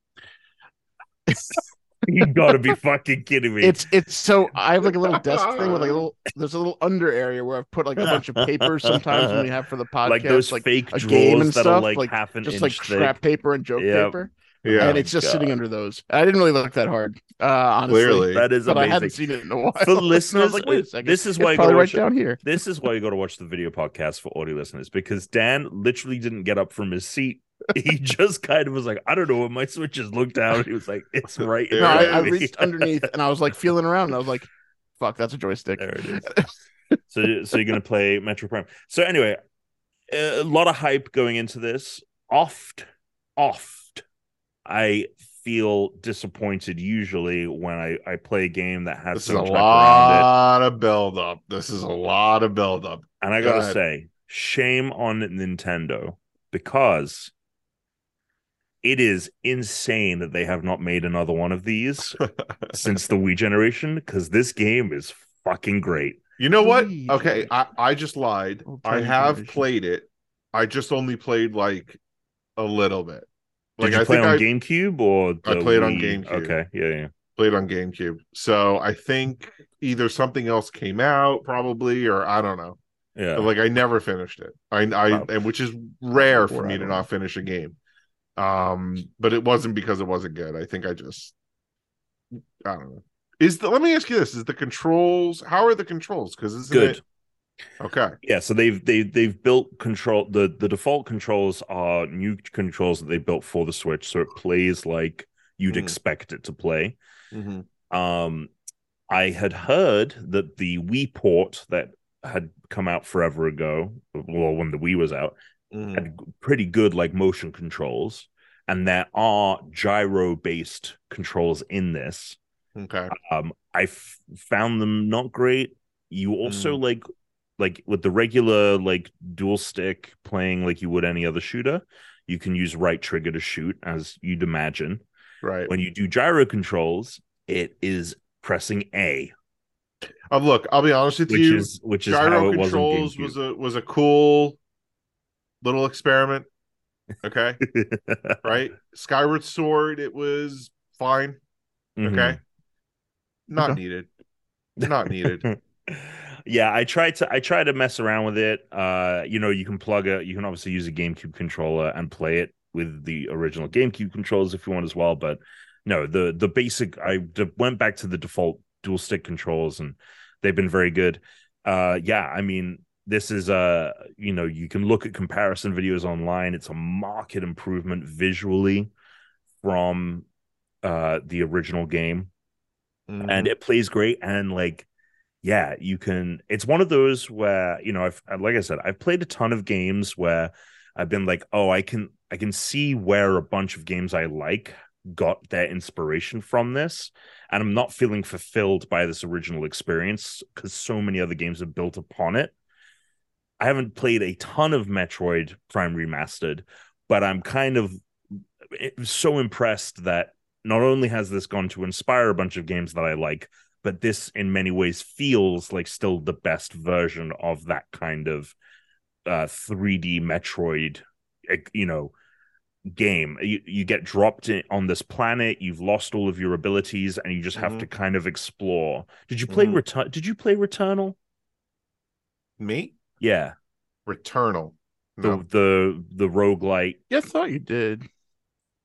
You gotta be fucking kidding me. [laughs] It's it's so I have like a little desk thing with like a [laughs] little there's a little under area where I've put like a bunch of papers sometimes when we have for the podcast like those fake a drawers game and that are stuff, like, like, half an just inch like scrap thick. paper and joke Yep. paper. Yeah, and it's just God. sitting under those. I didn't really look that hard, uh, honestly. clearly. That is but I hadn't [laughs] amazing. seen it in a while. For And [laughs] I was listeners, like, wait a second, this is it's why you probably gotta right watch. down here. This is why you gotta watch the video podcast for audio listeners because Dan literally didn't get up from his seat. [laughs] He just kind of was like, I don't know where my switches looked down. He was like, [laughs] It's right. There No, I, there I it is. reached underneath and I was like feeling around and I was like, fuck, that's a joystick. There it is. so, so you're gonna play Metro Prime. So anyway, a lot of hype going into this. Oft, oft, I feel disappointed usually when I I play a game that has this so is a much hype around it. lot of build up. This is a lot of build up. And I gotta God. say, shame on Nintendo because it is insane that they have not made another one of [laughs] these since the Wii generation. Because this game is fucking great. You know what? Jeez. Okay, I, I just lied. Oh, Old I time have television. played it. I just only played like a little bit. Did Like you I play think on I GameCube or I the played on Wii? GameCube. Okay, yeah, yeah. played on GameCube. So I think either something else came out probably or I don't know. Yeah. But, like I never finished it. I I Wow. and which is rare for Or I me to don't not finish a game. Um but it wasn't because it wasn't good. I think I just I don't know. Is the let me ask you this, is the controls how are the controls? Cuz it's Good. Okay. Yeah, so they've they they've built control the the default controls are new controls that they built for the Switch, so it plays like you'd Mhm. expect it to play. Um, I had heard that the Wii port that had come out forever ago, well, when the Wii was out, Mm-hmm. had g- pretty good like motion controls, and there are gyro based controls in this. Okay. Um, I f- found them not great. You also Mm. like like with the regular like dual stick playing like you would any other shooter, you can use right trigger to shoot as you'd imagine Right. when you do gyro controls, it is pressing A, Uh, look, I'll be honest with which you. is which is how gyro it was on controls GameCube. was a was a cool [laughs] little experiment. Okay, right? Skyward Sword, it was fine. Mhm. Okay, not Okay. [laughs] needed. Not needed. Yeah, I tried to I tried to mess around with it. Uh, you know, you can plug a you can obviously use a GameCube controller and play it with the original GameCube controls if you want as well. But no, the the basic I d- went back to the default dual stick controls and they've been very good. Uh, yeah, I mean this is uh you know you can look at comparison videos online. It's a market improvement visually from uh the original game Mm, and Mm-hmm. it plays great and like yeah you can it's one of those where you know i've like i said i've played a ton of games where i've been like oh i can i can see where a bunch of games i like got their inspiration from this and i'm not feeling fulfilled by this original experience because so many other games have built upon it i haven't played a ton of metroid prime remastered but i'm kind of eh, so impressed that not only has this gone to inspire a bunch of games that i like but this in many ways feels like still the best version of that kind of uh 3D Metroid eh, you know game you, you get dropped in, on this planet you've lost all of your abilities and you just have Mhm. to kind of explore did you play Mhm. return did you play returnal me yeah Returnal. the No. the the roguelite Yeah, I thought you did.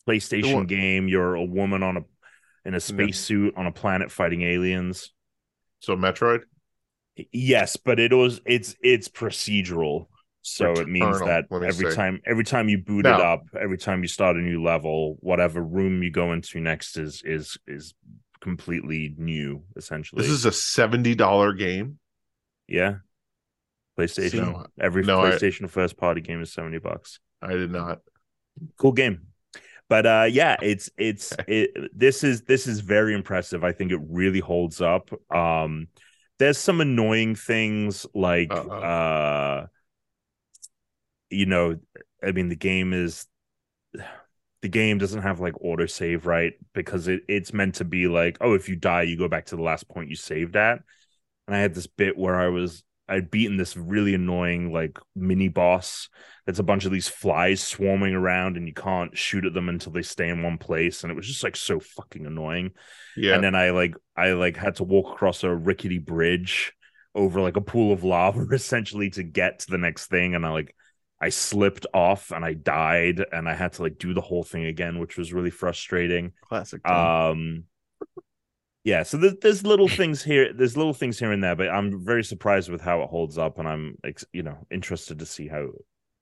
PlayStation one- game you're a woman on a in a spacesuit on a planet fighting aliens So Metroid. Yes, but it was it's it's procedural. So it means Returnal, that let me every see. time every time you boot No. it up, every time you start a new level, whatever room you go into next is is is completely new essentially. This is a seventy dollar game. yeah. PlayStation. No, every no, I- PlayStation first party game is 70 bucks. I did not. Cool game. But uh yeah, it's it's it this is this is very impressive. I think it really holds up. Um there's some annoying things like Uh-oh. uh you know, I mean, the game is the game doesn't have like autosave, right? Because it, it's meant to be like, oh, if you die, you go back to the last point you saved at. And I had this bit where I was I'd beaten this really annoying like mini boss that's a bunch of these flies swarming around and you can't shoot at them until they stay in one place. And it was just like so fucking annoying Yeah. and then i like i like had to walk across a rickety bridge over like a pool of lava [laughs] essentially to get to the next thing and i like i slipped off and i died and i had to like do the whole thing again which was really frustrating Classic. Tom. um yeah so there's, there's [laughs] little things here there's little things here and there but i'm very surprised with how it holds up and i'm ex- you know interested to see how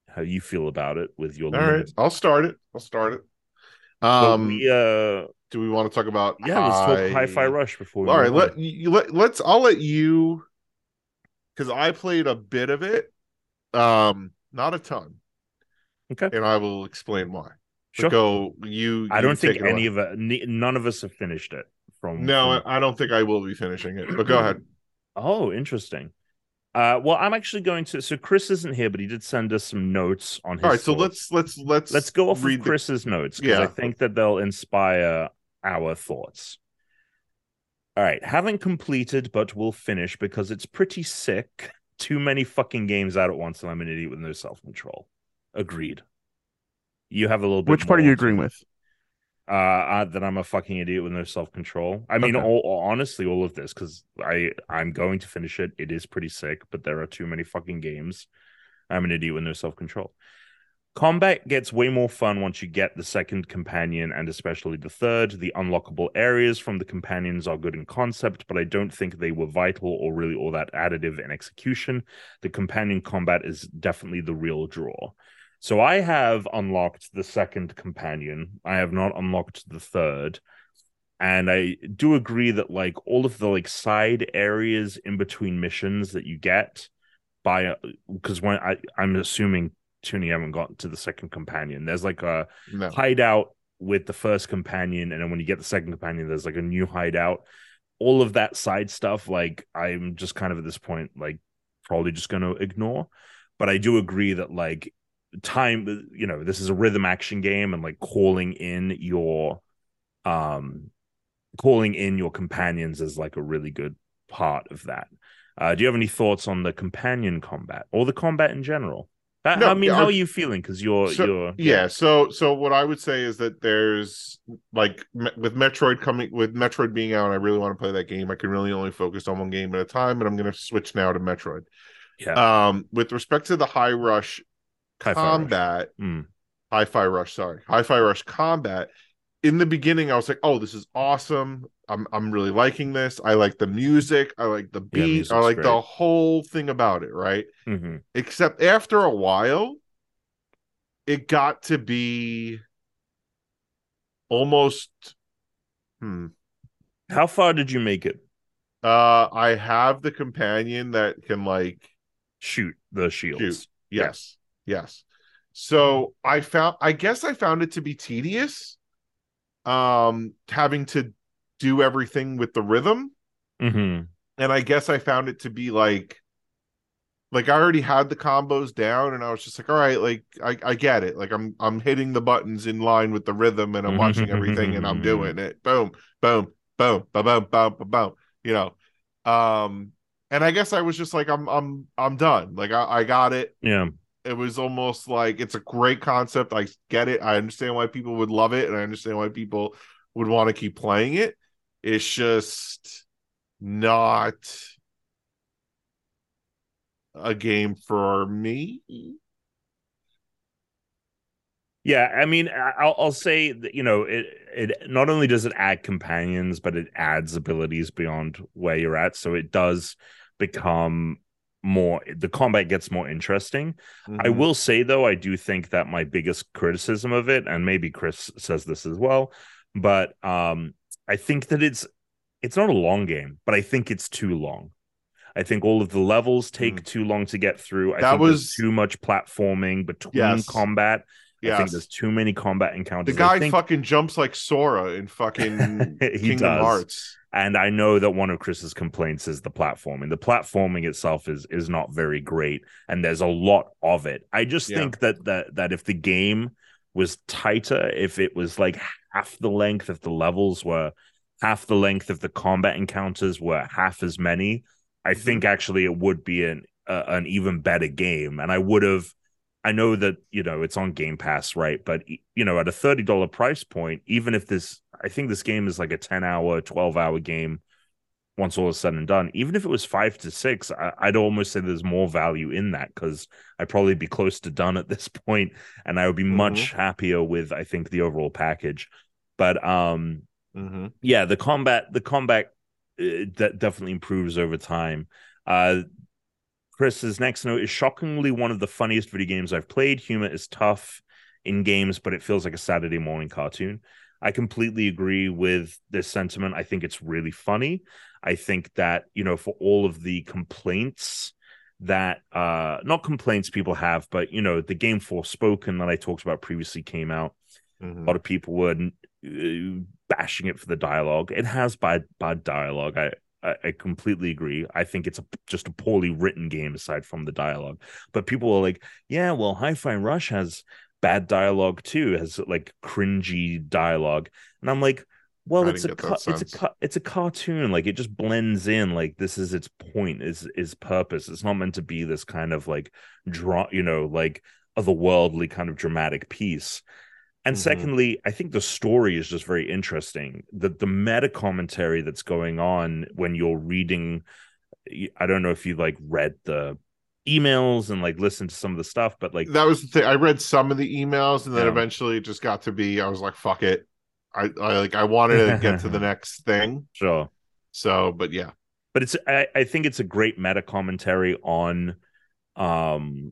how you feel about it with your All right. I'll start it. I'll start it. Um. we, uh Do we want to talk about? yeah let's talk hi-fi rush before we All right. move on. Let you let let's. I'll let you. Because I played a bit of it, um, not a ton, okay and I will explain why. But sure Go you. I you don't think take it away. any of it, ne- none of us have finished it. From No, from- I I don't think I will be finishing it. But go ahead. oh, interesting. Uh, well, I'm actually going to. So Chris isn't here, but he did send us some notes on his. All right. So thoughts. let's let's let's let's go off of read the- Chris's notes because I Yeah. think that they'll inspire our thoughts. All right, haven't completed, but will finish because it's pretty sick. Too many fucking games out at once, and I'm an idiot with no self control. Agreed. You have a little bit. Which part are more you to- agreeing with? uh, uh that I'm a fucking idiot with no self control. I mean, Okay. all, all- honestly, all of this because I I'm going to finish it. It is pretty sick, but there are too many fucking games. I'm an idiot with no self control. Combat gets way more fun once you get the second companion and especially the third. The unlockable areas from the companions are good in concept, but I don't think they were vital or really all that additive in execution. The companion combat is definitely the real draw. So I have unlocked the second companion. I have not unlocked the third. And I do agree that like all of the like side areas in between missions that you get by because when I I'm assuming Tuni haven't gotten to the second companion. There's like a No. hideout with the first companion, and then when you get the second companion, there's like a new hideout. All of that side stuff, like I'm just kind of at this point, like probably just going to ignore. But I do agree that like time, you know, this is a rhythm action game, and like calling in your, um, calling in your companions is like a really good part of that. Uh, do you have any thoughts on the companion combat or the combat in general? I, No, I mean, yeah, how I- are you feeling? Because you're So- you're yeah so so what i would say is that there's like me- with metroid coming with metroid being out i really want to play that game i can really only focus on one game at a time and i'm going to switch now to metroid yeah. um with respect to the high rush Hi-Fi Rush. combat Mm. hi-fi rush sorry hi-fi rush combat in the beginning i was like oh this is awesome i'm i'm really liking this i like the music i like the beat music's i like the great. whole thing about it right hmm except after a while it got to be almost. Hmm. How far did you make it? Uh, I have the companion that can like Shoot the shields. Shoot. Yes. Yes. So I found I guess I found it to be tedious um having to do everything with the rhythm Mhm. and I guess I found it to be like like I already had the combos down and I was just like all right like I I get it like I'm I'm hitting the buttons in line with the rhythm and I'm watching everything and I'm doing it boom boom boom boom boom boom boom, boom you know um and I guess I was just like I'm I'm I'm done like I I got it Yeah. it was almost like it's a great concept. I get it. I understand why people would love it, and I understand why people would want to keep playing it. It's just not a game for me. Mm-hmm. Yeah, I mean, I- I'll, I'll say that, you know it. It not only does it add companions, but it adds abilities beyond where you're at. So it does become more. The combat gets more interesting. I Mhm. will say though, I do think that my biggest criticism of it, and maybe Chris says this as well, but um, I think that it's it's not a long game, but I think it's too long. I think all of the levels take Mm. too long to get through. I That think there's was- too much platforming between Yes. combat. I think Yes. there's too many combat the encounters. I guy think- fucking jumps like Sora in fucking [laughs] He Kingdom does. Hearts. and I know that one of Chris's complaints is the platforming. The platforming itself is is not very great, and there's a lot of it. I just Yeah. think that that that if the game was tighter, if it was like half the length, if the levels were half the length, if the combat encounters were half as many, I Mhm. think actually it would be an uh, an even better game, and I would have. I know that you know it's on Game Pass, right? But e- you know, at a thirty dollar price point, even if this, I think this game is like a ten hour, twelve hour game. Once all is said and done, even if it was five to six, I, I'd almost say there's more value in that because I'd probably be close to done at this [laughs] point, and I would be much happier with I think the overall package. But um, Mm-hmm. yeah the combat the combat uh, that definitely improves over time uh chris's next note is shockingly one of the funniest video games i've played humor is tough in games but it feels like a saturday morning cartoon i completely agree with this sentiment i think it's really funny i think that you know for all of the complaints that uh not complaints people have but you know the game forspoken that i talked about previously came out a Mm-hmm. lot of people were uh, bashing it for the dialogue. It has bad bad dialogue. I I, I completely agree. I think it's a, just a poorly written game aside from the dialogue. But people are like, yeah, well, Hi-Fi Rush has bad dialogue too. Has like cringy dialogue, and I'm like. Well, I it's a didn't get ca- that it's a sense. ca- it's a cartoon. Like it just blends in. Like this is its point, is is purpose. It's not meant to be this kind of like draw, you know, like otherworldly kind of dramatic piece. And Mhm. secondly, I think the story is just very interesting. The the meta commentary that's going on when you're reading I don't know if you like read the emails and like listened to some of the stuff, but like that was the thing. I read some of the emails, and then Yeah. eventually it just got to be. I was like, "Fuck it." I, I like. I wanted to get [laughs] to the next thing. sure. So, but yeah, But it's I, I think it's a great meta commentary on um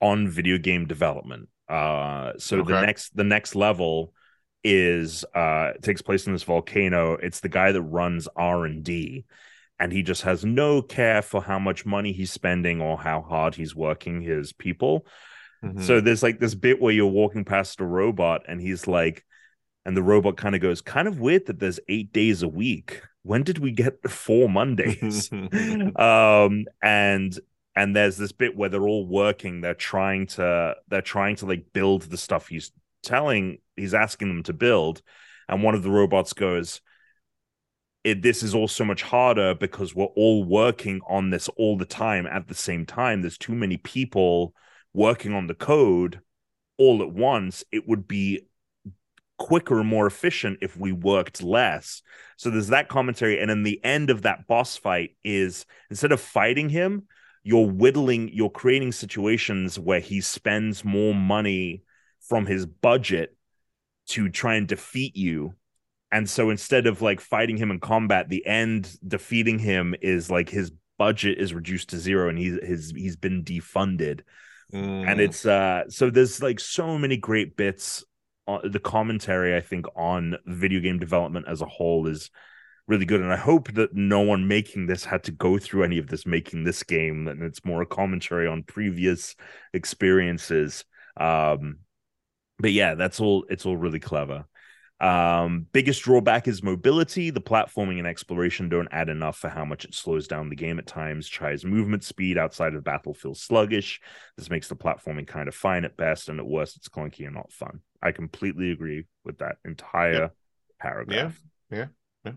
on video game development. Uh so the Okay. next the next level is uh takes place in this volcano. It's the guy that runs R&D. and he just has no care for how much money he's spending or how hard he's working his people. Hmm. Mm-hmm. [laughs] So there's like this bit where you're walking past a robot and he's like, and the robot kind of goes, kind of weird that there's eight days a week. When did we get four [laughs] Mondays? [laughs] Mm-hmm. um and and there's this bit where they're all working they're trying to they're trying to like build the stuff he's telling he's asking them to build and one of the robots goes it, this is all so much harder because we're all working on this all the time at the same time there's too many people working on the code all at once it would be quicker and more efficient if we worked less so there's that commentary and in the end of that boss fight is instead of fighting him, you're whittling, you're creating situations where he spends more money from his budget to try and defeat you. And so instead of like fighting him in combat, the end defeating him is like his budget is reduced to zero and he's his he's been defunded and it's uh so there's like so many great bits uh, the commentary I think on video game development as a whole is really good, and I hope that no one making this had to go through any of this making this game, and it's more a commentary on previous experiences. Um, but yeah, that's all. It's all really clever. Um, biggest drawback is mobility. The platforming and exploration don't add enough for how much it slows down the game at times. Chai's movement speed outside of battle feels sluggish. This makes the platforming kind of fine at best, and at worst, it's clunky and not fun. I completely agree with that entire Yeah. paragraph. Yeah, yeah.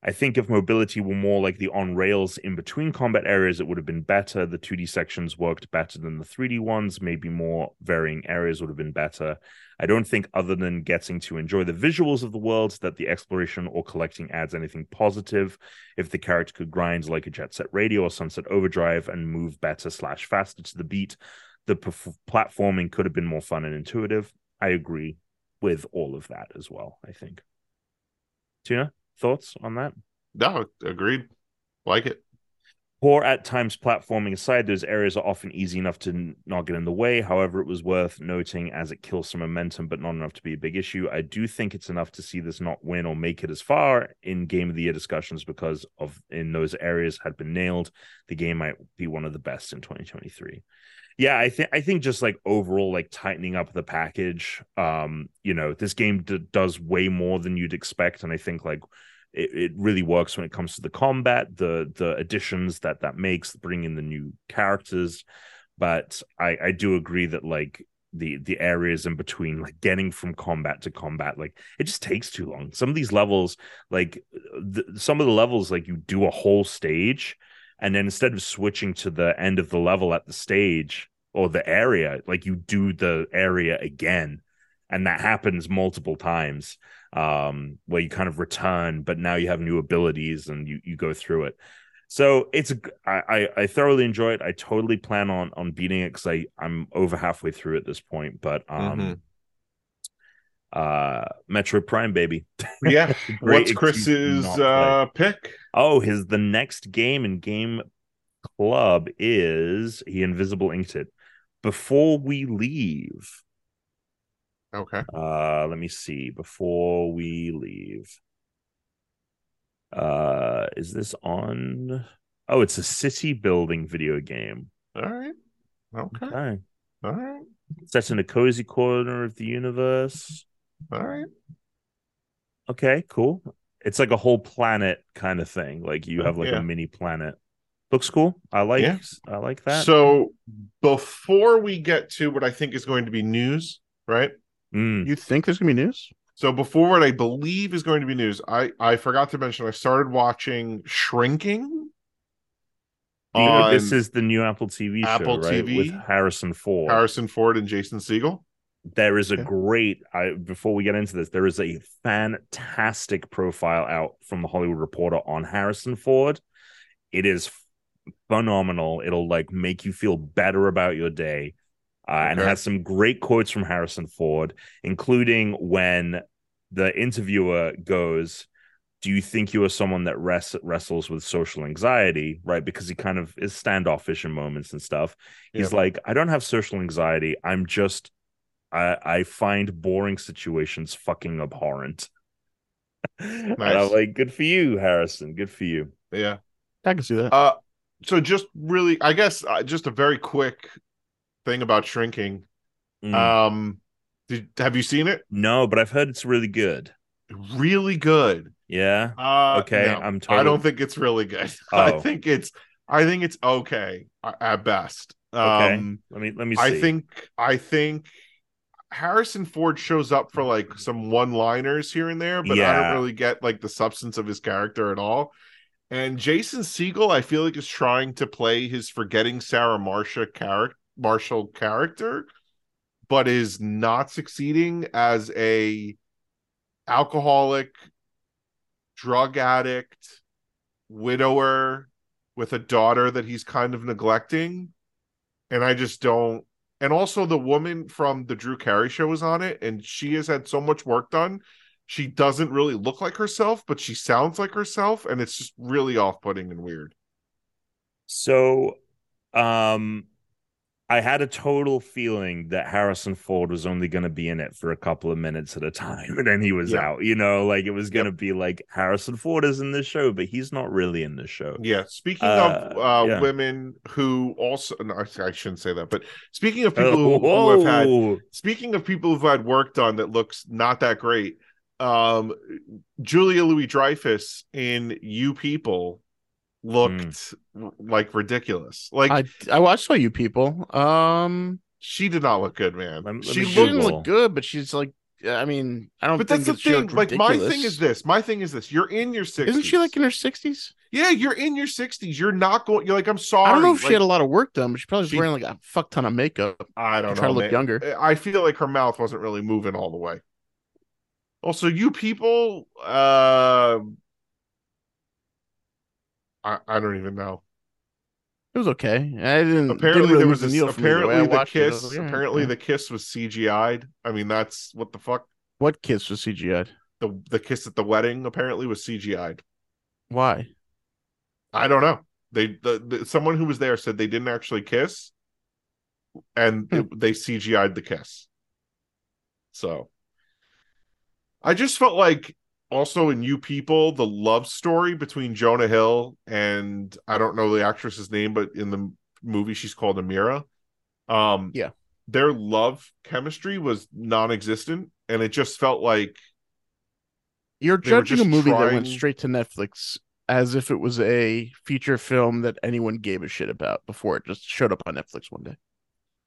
I think if mobility were more like the on rails in between combat areas, it would have been better. The 2D sections worked better than the 3D ones. Maybe more varying areas would have been better. I don't think, other than getting to enjoy the visuals of the world, that the exploration or collecting adds anything positive. If the character could grind like a Jet Set Radio or Sunset Overdrive and move better slash faster to the beat, the perf- platforming could have been more fun and intuitive. I agree with all of that as well. I think. Tina, thoughts on that? No, agreed. Like it. Poor at times platforming aside, those areas are often easy enough to n- not get in the way. However, it was worth noting as it kills some momentum, but not enough to be a big issue. I do think it's enough to see this not win or make it as far in game of the year discussions because of in those areas had been nailed. The game might be one of the best in 2023. Yeah, I think I think just like overall, like tightening up the package. Um, you know, this game d- does way more than you'd expect, and I think like it, it really works when it comes to the combat, the the additions that that makes, bring in the new characters. But I I do agree that like the the areas in between, like getting from combat to combat, like it just takes too long. Some of these levels, like the, some of the levels, like you do a whole stage, and then instead of switching to the end of the level at the stage or the area, like you do the area again, and that happens multiple times um, where you kind of return, but now you have new abilities and you you go through it. So it's a g- I I I thoroughly enjoy it. I totally plan on on beating it because I I'm over halfway through at this point. But um, Mhm. uh, Metro Prime baby. [laughs] Yeah. Great What's excuse Chris's to not uh pick? Oh, his the next game in game club is he invisible inked it. Before we leave, Okay. Uh, let me see before we leave. Uh, is this on? Oh, it's a city building video game. All right. Okay. Okay. All right. Set in a cozy corner of the universe. All right. Okay, cool. It's like a whole planet kind of thing. Like you have like Yeah. a mini planet. Looks cool. I like Yeah. I like that. So before we get to what I think is going to be news, right? Mm, You think there's gonna be news? So before what I believe is going to be news, I I forgot to mention I started watching Shrinking you know, on this is the new Apple TV show, Apple right? With TV. Harrison Ford. Harrison Ford and Jason Siegel. there is a Yeah. great I, before we get into this there is a fantastic profile out from the hollywood reporter on harrison ford it is phenomenal it'll like make you feel better about your day uh, and it Okay. has some great quotes from harrison ford including when the interviewer goes do you think you are someone that res- wrestles with social anxiety right because he kind of is standoffish in moments and stuff he's Yeah. like i don't have social anxiety i'm just i i find boring situations fucking abhorrent [laughs] And i'm Nice. like good for you harrison good for you Yeah. I can see that. Uh, so just really, I guess, uh, just a very quick thing about shrinking. Mm. Um, did, have you seen it? no but i've heard it's really good Really good. yeah Uh, okay no, i'm I totally don't think it's really good. [laughs] I Oh. think it's, I think it's okay a- at best. Okay. Um, let me let me see I think, I think Harrison Ford shows up for like some one-liners here and there, but I Yeah. don't really get like the substance of his character at all. And Jason Siegel, I feel like, is trying to play his forgetting Sarah Marsha character, Marshall character, but is not succeeding as a alcoholic, drug addict, widower with a daughter that he's kind of neglecting. And I just don't. And also, the woman from the Drew Carey show is on it, and she has had so much work done. She doesn't really look like herself, but she sounds like herself, and it's just really off putting and weird. so um I had a total feeling that Harrison Ford was only going to be in it for a couple of minutes at a time, [laughs] and then he was Yeah. out. You know, like it was Yep. going to be like Harrison Ford is in this show, but he's not really in this show. Yeah. Speaking Uh, of uh, yeah. women who also, no, I- I shouldn't say that, but speaking of people who, who have had, Oh, Whoa. speaking of people who've had work done that looks not that great, um, Julia Louis Dreyfus in You People looked Hmm. r- like ridiculous. Like I I watched all you people. Um, she did not look good, man. Lem- let she me looked she didn't Google. look good, but she's like, I mean, I don't. but think that's the it's- she thing. Like looked my thing ridiculous. is this. My thing is this. You're in your 60s. Isn't she like in her sixties? Yeah, you're in your 60s. You're not going you're like I'm sorry. I don't know if like, she had a lot of work done, but she probably was She- wearing like a fuck ton of makeup. I to don't know. try to look man. younger. I feel like her mouth wasn't really moving all the way. Also, you people, uh, I, I don't even know. It was okay. I Apparently, didn't. didn't really there move was the this, needle for me way I apparently the watched it. I was kiss. like, all right, apparently, yeah. the kiss was CGI'd. I mean, that's what the fuck. what kiss was CGI'd? The the kiss at the wedding apparently was CGI'd. Why? I don't know. They the, the someone who was there said they didn't actually kiss, and Hmm. it- they CGI'd the kiss. So, I just felt like also in You People the love story between Jonah Hill and I don't know the actress's name, but in the movie she's called Amira. Um, Yeah. their love chemistry was non-existent, and it just felt like You're They were judging a just movie that trying- went straight to Netflix as if it was a feature film that anyone gave a shit about before it just showed up on Netflix one day.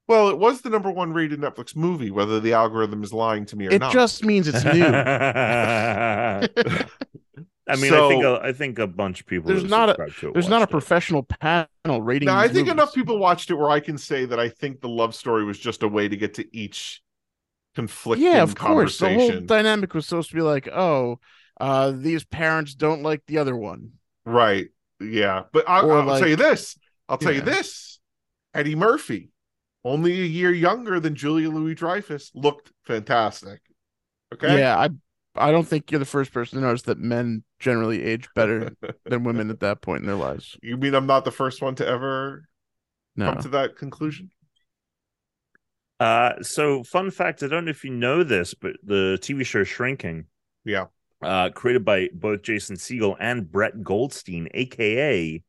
well, it was the number one rated Netflix movie, whether the algorithm is lying to me or It not. just means [laughs] it's [laughs] new. I mean, I think So- a, I think a bunch of people. There's that not a- subscribe to it There's not a watched it. professional panel rating. No, I these think movies. enough people watched it where I can say that I think the love story was just a way to get to each conflicting Yeah, of course. The conversation. whole dynamic was supposed to be like, oh, uh, these parents don't like the other one. right. Yeah. But I, Or I'll like- tell you this. I'll tell you Yeah. this. Eddie Murphy, only a year younger than Julia Louis Dreyfus, looked fantastic. Okay. Yeah, I I don't think you're the first person to notice that men generally age [laughs] better than women at that point in their lives. You mean I'm not the first one to ever No. come to that conclusion? Uh, so fun fact, I don't know if you know this, but the TV show Shrinking, Yeah. uh, created by both Jason Siegel and Brett Goldstein, aka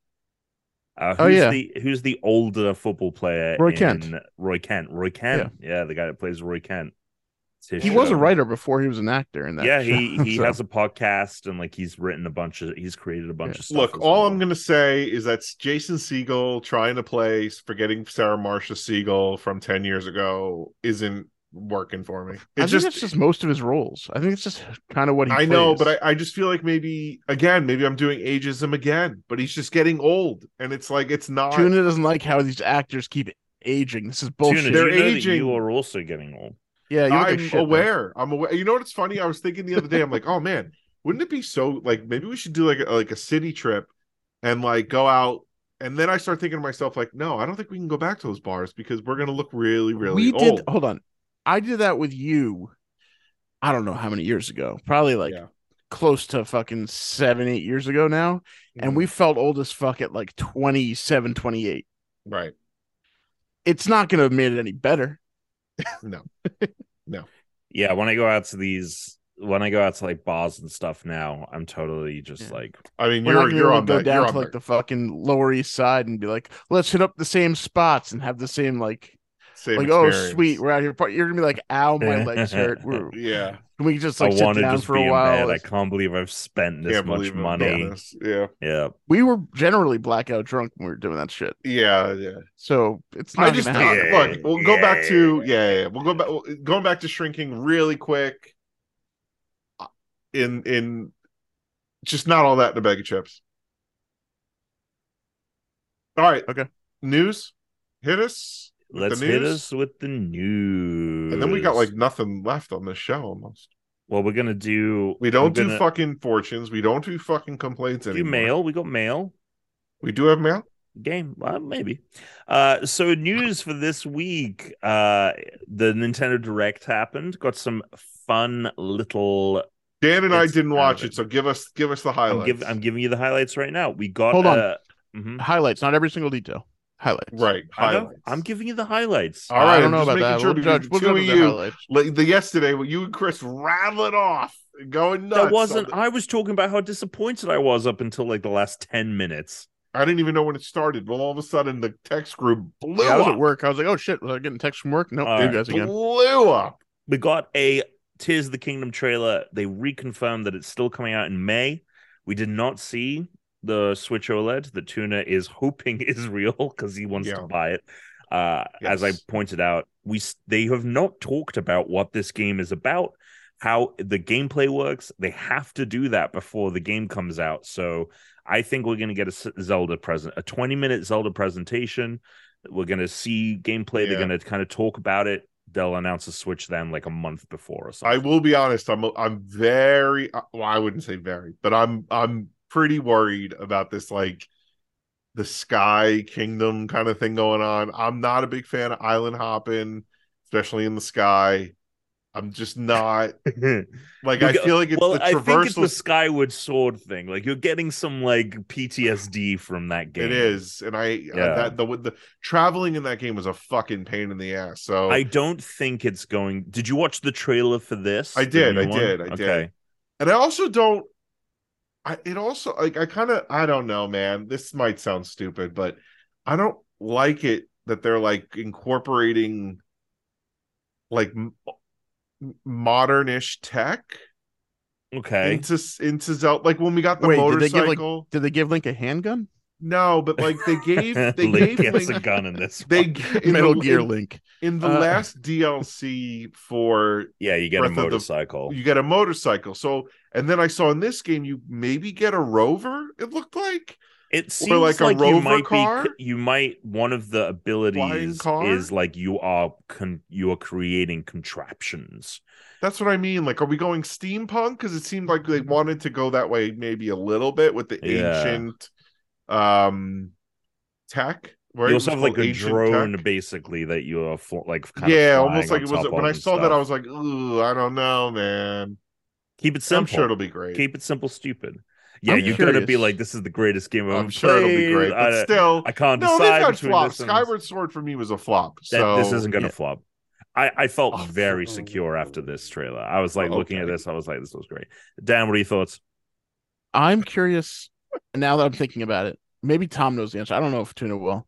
uh, who's Oh, yeah. the who's the older football player? Roy in- Kent. Roy Kent. Roy Kent. Yeah. the guy that plays Roy Kent. It's his He show. was a writer before he was an actor in that. Yeah, show, [laughs] he he so. has a podcast and like he's written a bunch of he's created a bunch Yeah. of stuff. Look, as all well. I'm gonna say is that's Jason Siegel trying to play forgetting Sarah Marsha Siegel from ten years ago isn't working for me. I It's think just, that's just most of his roles. I think it's just kind of what he. I know, plays. but I, I just feel like maybe again, maybe I'm doing ageism again, but he's just getting old and it's like it's not Tuna doesn't like how these actors keep aging. This is Tuna, bullshit. do you They're know that aging. you are also getting old. yeah, you look like I'm shit, man. aware. I'm aware. You know what's funny? I was thinking the other day, I'm like, oh man, wouldn't it be so like maybe we should do like a, like a city trip and like go out. And then I start thinking to myself, like, no, I don't think we can go back to those bars because we're gonna look really, Oh. really we old. did. Hold on, I did that with you. I don't know how many years ago. Probably like Yeah. close to fucking seven, eight years ago now. Mm-hmm. And Mm. we felt old as fuck at like 27, 28. right It's not going to have made it any better. no Yeah, when I go out to these when I go out to like bars and stuff now, I'm totally just Yeah. like i mean We're you're not going to be you're able to on go that down you're to on like that the fucking Lower East Side and be like, let's hit up the same spots and have the same like, same like oh experience. sweet, we're out here. par-" You're going to be like, ow, my [laughs] legs hurt. We're, yeah can we just I like sit want to down just for be a in while? bed. I can't believe I've spent this can't much believe I'm money. doing this. yeah Yeah. we were generally blackout drunk when we were doing that shit. yeah yeah So it's not i just gonna happen. happening. look we'll go back to Yeah. yeah, yeah, yeah. we'll go back going back to shrinking really quick Uh, in in just not all that in a bag of chips all right Okay. news hit us with Let's the hit news. us with the news. and then we got like nothing left on this show almost well, we're gonna do we don't we're do gonna fucking fortunes we don't do fucking complaints do anymore mail. We got mail. we do have mail game well, maybe uh so news for this week uh the nintendo direct happened got some fun little Dan and I It's didn't watch relevant. it, so give us give us the I'm, highlights. giv- I'm giving you the highlights right now we got Hold on. uh, mhm. Highlights, not every single detail. highlights. Right. I know. highlights. I'm giving you the highlights. All right, I don't I'm know just about making that. sure we'll because judge. the We'll two go of with the you- highlights. like the yesterday when you and Chris rattling off, going nuts. that on wasn't. the- I was talking about how disappointed I was up until like the last ten minutes. I didn't even know when it started. Well, all of a sudden the text group blew Yeah, I was at up. work. I was like, oh shit, was I getting text from work? Nope, All there right. you guys again. Blew up. We got a Tears of the Kingdom trailer. They reconfirmed that it's still coming out in May. We did not see the Switch OLED that Tuna is hoping [laughs] is real because he wants to Yeah. buy it. Uh, As I Yes. pointed out, we s- they have not talked about what this game is about, how the gameplay works. They have to do that before the game comes out. So I think we're going to get a S- Zelda present, a twenty minute Zelda presentation. We're going to see gameplay. They're Yeah. going to kind of talk about it they'll announce a switch then like a month before or I something. will be honest. I'm I'm very uh, well. I wouldn't say very, but I'm I'm pretty worried about this like the Sky Kingdom kind of thing going on. I'm not a big fan of island hopping, especially in the sky. I'm just not [laughs] like We I go- feel like it's well, the I think it's traversal the Skyward Sword thing. Like you're getting some like PTSD from that game. It is, and I Yeah. uh, that the the traveling in that game was a fucking pain in the ass. So I don't think it's going. Did you watch the trailer for this? I The did, new I did, I did. Okay. and I also don't. I it also like I kind of I don't know, man. This might sound stupid, but I don't like it that they're like incorporating like m- m- modernish tech Okay. into into Zelda. Like when we got the Wait, did they give, motorcycle. like, Did they give Link a handgun? No, but like they gave [laughs] they Link gave gets a Link- gun in this. they one. g- in Metal the, Gear in, Link. in the Uh, last DLC for yeah, you get a Breath of the- motorcycle. you get a motorcycle. So, and then I saw in this game you maybe get a rover. It looked like It seems like, like, a you rover might car? be you might one of the abilities car? is like you are con, you are creating contraptions. that's what I mean. Like, are we going steampunk? Because it seemed like they wanted to go that way maybe a little bit with the Yeah. ancient um tech. Right? You also It was have like called a ancient drone, tech. basically, that you are fl- like kind yeah, of almost like it was. When I saw that, I was like, "Ooh, I don't know, man. keep it I'm simple. sure it'll be great. keep it simple, stupid. Yeah, I'm you're going to be curious. like, this is the greatest game I've I'm ever sure it'll be played. great, I, but still, I can't no, they've decide had between flops. this and Skyward Sword for me was a flop. That, So this isn't going to yeah. flop. I, I felt Oh, very fuck. secure after this trailer. I was like looking at Okay. this, I was like, this was great. Dan, what are your thoughts? I'm curious now that I'm thinking about it. Maybe Tom knows the answer. I don't know if Tuna will.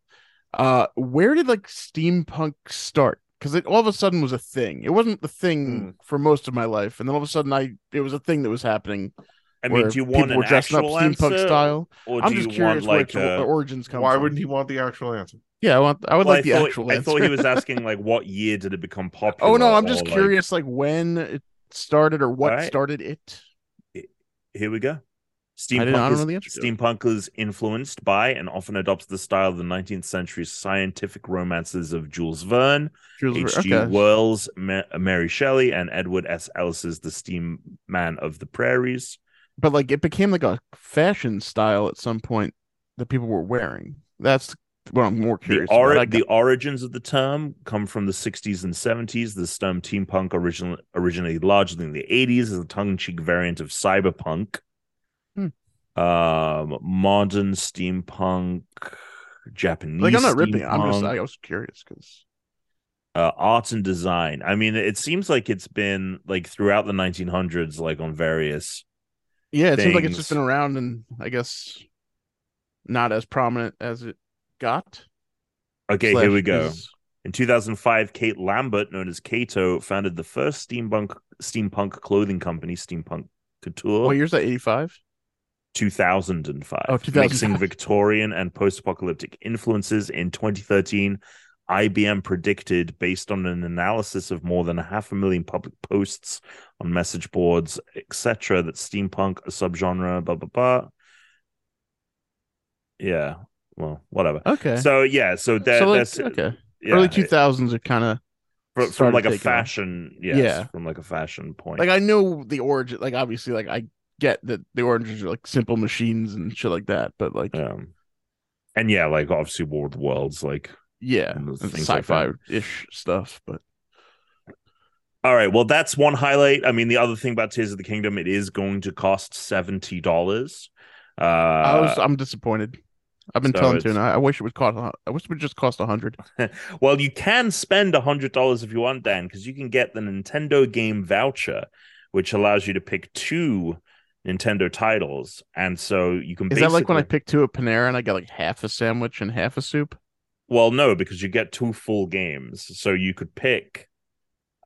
Uh, where did like steampunk start? Because it all of a sudden was a thing. It wasn't the Hmm. thing for most of my life, and then all of a sudden, I it was a thing that was happening. I mean, where do you want people an were dressing up actual steampunk answer, style? or do I'm you just want curious like uh, where its a- or- origins come why from. wouldn't he want the actual answer? Yeah, I want. I would Well, like the I thought, actual I answer. thought [laughs] he was asking like, what year did it become popular? oh no, I'm or, just like- curious, like when it started or what Alright. started it. here we go. I Steampunk don't know is, the answer to it. steampunk is influenced by and often adopts the style of the 19th century scientific romances of Jules Verne, Jules Verne- H.G. Wells, Ma- Mary Shelley, and Edward S. Ellis's The Steam Man of the Prairies. but like it became like a fashion style at some point that people were wearing. That's what I'm more The, curious. about. ori- I the origins of the term come from the 60s and 70s. The term teen punk originally, originally largely in the 80s is a tongue-in-cheek variant of cyberpunk. Hmm. Um, modern steampunk, Japanese. like I'm not ripping. it. Steampunk. I'm just I was curious because uh, art and design. I mean, it seems like it's been like throughout the 1900s, like on various. yeah, it seems like it's just Things. been around and I guess not as prominent as it got. Okay, Slash here we go. is- In 2005, Kate Lambert, known as Kato, founded the first steampunk steampunk clothing company, Steampunk Couture. What year's that? 85. 2005, Oh, 2005. mixing Victorian and post-apocalyptic influences. In 2013, IBM predicted, based on an analysis of more than a half a million public posts on message boards, etc., that steampunk, a subgenre, blah blah blah. Yeah, well, whatever. Okay. So yeah, so that, So, like, that's okay. yeah, Early 2000s are kind of from, from started like a taking off. fashion, yes, Yeah. from like a fashion point. like I know the origin. Like obviously, like I get that the origins are like simple machines and shit like that. But like um, and yeah, like obviously, War of the Worlds, like yeah, And those and things like sci-fi ish stuff. But All right. Well, that's one highlight. I mean, the other thing about Tears of the Kingdom, it is going to cost seventy dollars. Uh, I was I'm disappointed. I've been So telling it's- Tuna. I wish it would cost. a hun- I wish it would just cost a hundred. Well, you can spend $100 if you want, Dan, because you can get the Nintendo game voucher, which allows you to pick two Nintendo titles. And so you can Is that like when I basically- picked two at Panera and I got like half a sandwich and half a soup? Well, no, because you get two full games. So you could pick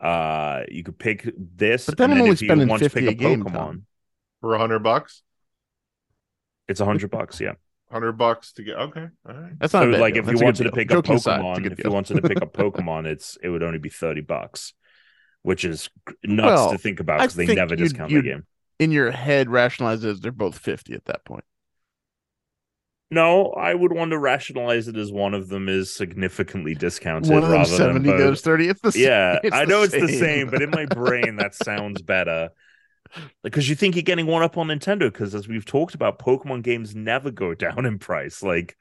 uh you could pick this But then and I'm then only if you spending want to 50 pick a a game, Pokemon, Tom. for a hundred bucks. it's a hundred bucks, yeah. Hundred bucks to get. Okay, all right. That's So not a bad like deal. if That's you a good wanted to deal. pick a Joking aside, it's Pokemon, good if you deal. wanted to pick a [laughs] Pokemon, it's it would only be 30 bucks, which is nuts Well, to think about I because they think never you'd- discount the you'd- game. in your head rationalizes they're both fifty at that point. No, I would want to rationalize it as one of them is significantly discounted One of them rather than seventy both. goes thirty. It's the same. [laughs] yeah, it's I the know it's the same. same, but in my brain that sounds better. Because you think you're getting one up on Nintendo, because as we've talked about, Pokemon games never go [laughs] down in price. Like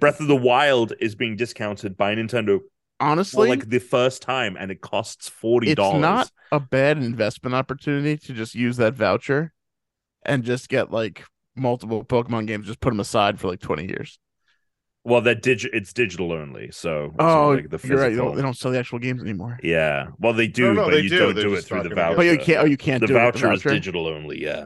Breath of the Wild is being discounted by Nintendo for Honestly, like the first time, and it costs forty it's dollars. not a bad investment opportunity to just use that voucher and just get like multiple Pokemon games. Just put them aside for like twenty years. Well, they're digi- it's digital only, so it's not Oh, like the you're right. They physical. don't, they don't sell the actual games anymore. Yeah, well, they do, no, but they you do. not They're do it just through not the gonna voucher. get But you can't. Oh, you can't the do it with the voucher is voucher. digital only. Yeah.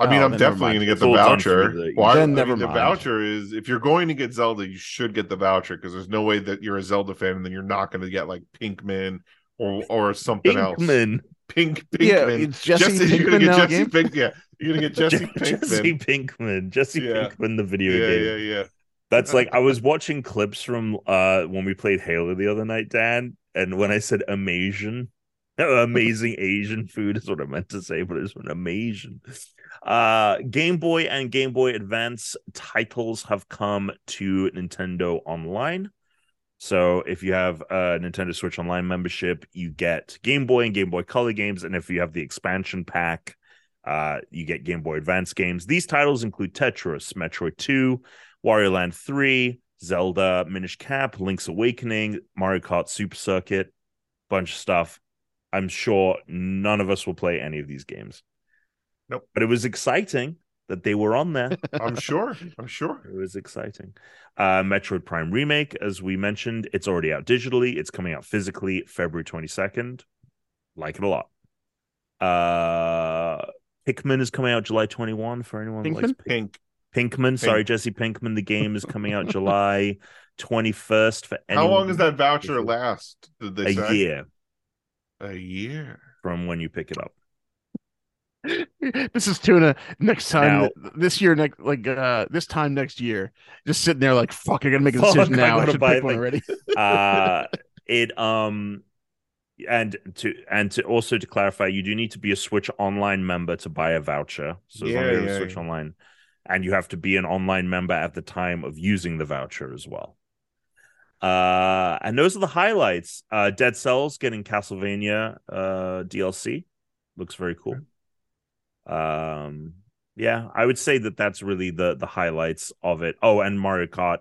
I mean, Oh, I'm then never definitely mind. going to get It's the all done voucher. through the- Why? Then I mean, never the mind. voucher is if you're going to get Zelda, you should get the voucher because there's no way that you're a Zelda fan and then you're not going to get like Pinkman or or something else. Pinkman, Pink Yeah, Pinkman. it's Jesse Jesse- you're going Pinkman to now get game. Jesse Pink. Yeah, you're going to [laughs] get Jesse [laughs] Pinkman. Jesse Pinkman, Jesse Yeah. Pinkman, the video yeah, game. yeah, yeah. That's like I was watching clips from uh when we played Halo the other night, Dan, and when I said amazing, [laughs] amazing Asian food is what I meant to say, but it's an amazing. Uh, Game Boy and Game Boy Advance titles have come to Nintendo Online. So if you have a Nintendo Switch Online membership, you get Game Boy and Game Boy Color games, and if you have the expansion pack, uh, you get Game Boy Advance games. These titles include Tetris, Metroid Two. Wario Land 3, Zelda, Minish Cap, Link's Awakening, Mario Kart Super Circuit, bunch of stuff. I'm sure none of us will play any of these games. Nope. But it was exciting that they were on there. I'm sure. I'm sure. it was exciting. Uh, Metroid Prime Remake, as we mentioned, it's already out digitally. It's coming out physically February 22nd. Like it a lot. Uh, Pikmin is coming out July 21 for anyone who likes Pinkman? Pikmin. Pink. Pinkman, sorry, Jesse Pinkman. The game is coming [laughs] out July 21st for How anyone- long does that voucher last? Did they A say year A year. from when you pick it up. this is tuna next time Now- th- this year next like uh this time next year just sitting there like fuck i gotta make a Fuck, decision I now i, gotta should buy pick one the- [laughs] already [laughs] Uh, it um and to and to also to clarify, you do need to be a Switch Online member to buy a voucher. So as long Yeah, as you have a yeah, Switch yeah. Online, and you have to be an online member at the time of using the voucher as well. Uh, and those are the highlights. Uh, Dead Cells getting Castlevania uh DLC looks very cool. Um, yeah, I would say that that's really the the highlights of it. Oh, and Mario Kart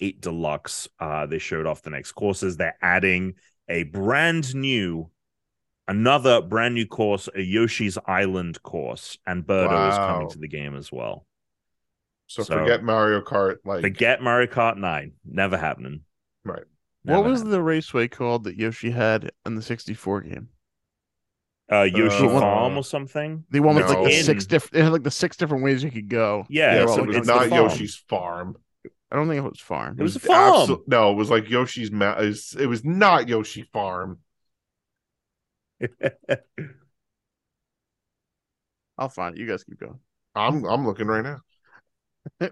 8 Deluxe. Uh, they showed off the next courses. They're adding a brand new, another brand new course, a Yoshi's Island course, and Birdo is coming Wow. to the game as well. So, So- forget Mario Kart. Like Forget Mario Kart 9. Never happening. Right. Never what was happening. the raceway called that yoshi had in the 64 game uh, Yoshi Uh, Farm or something? the one with like the No. six different it had like the six different ways you could go Yeah, They were yes, all, so it like, was it's on the not different- farm. Yoshi's farm. i don't think it was farm It was a the absol- farm. no, it was like Yoshi's. Ma- it, was, it was not Yoshi Farm. i'll find it you guys keep going Eh, I'm I'm looking right now.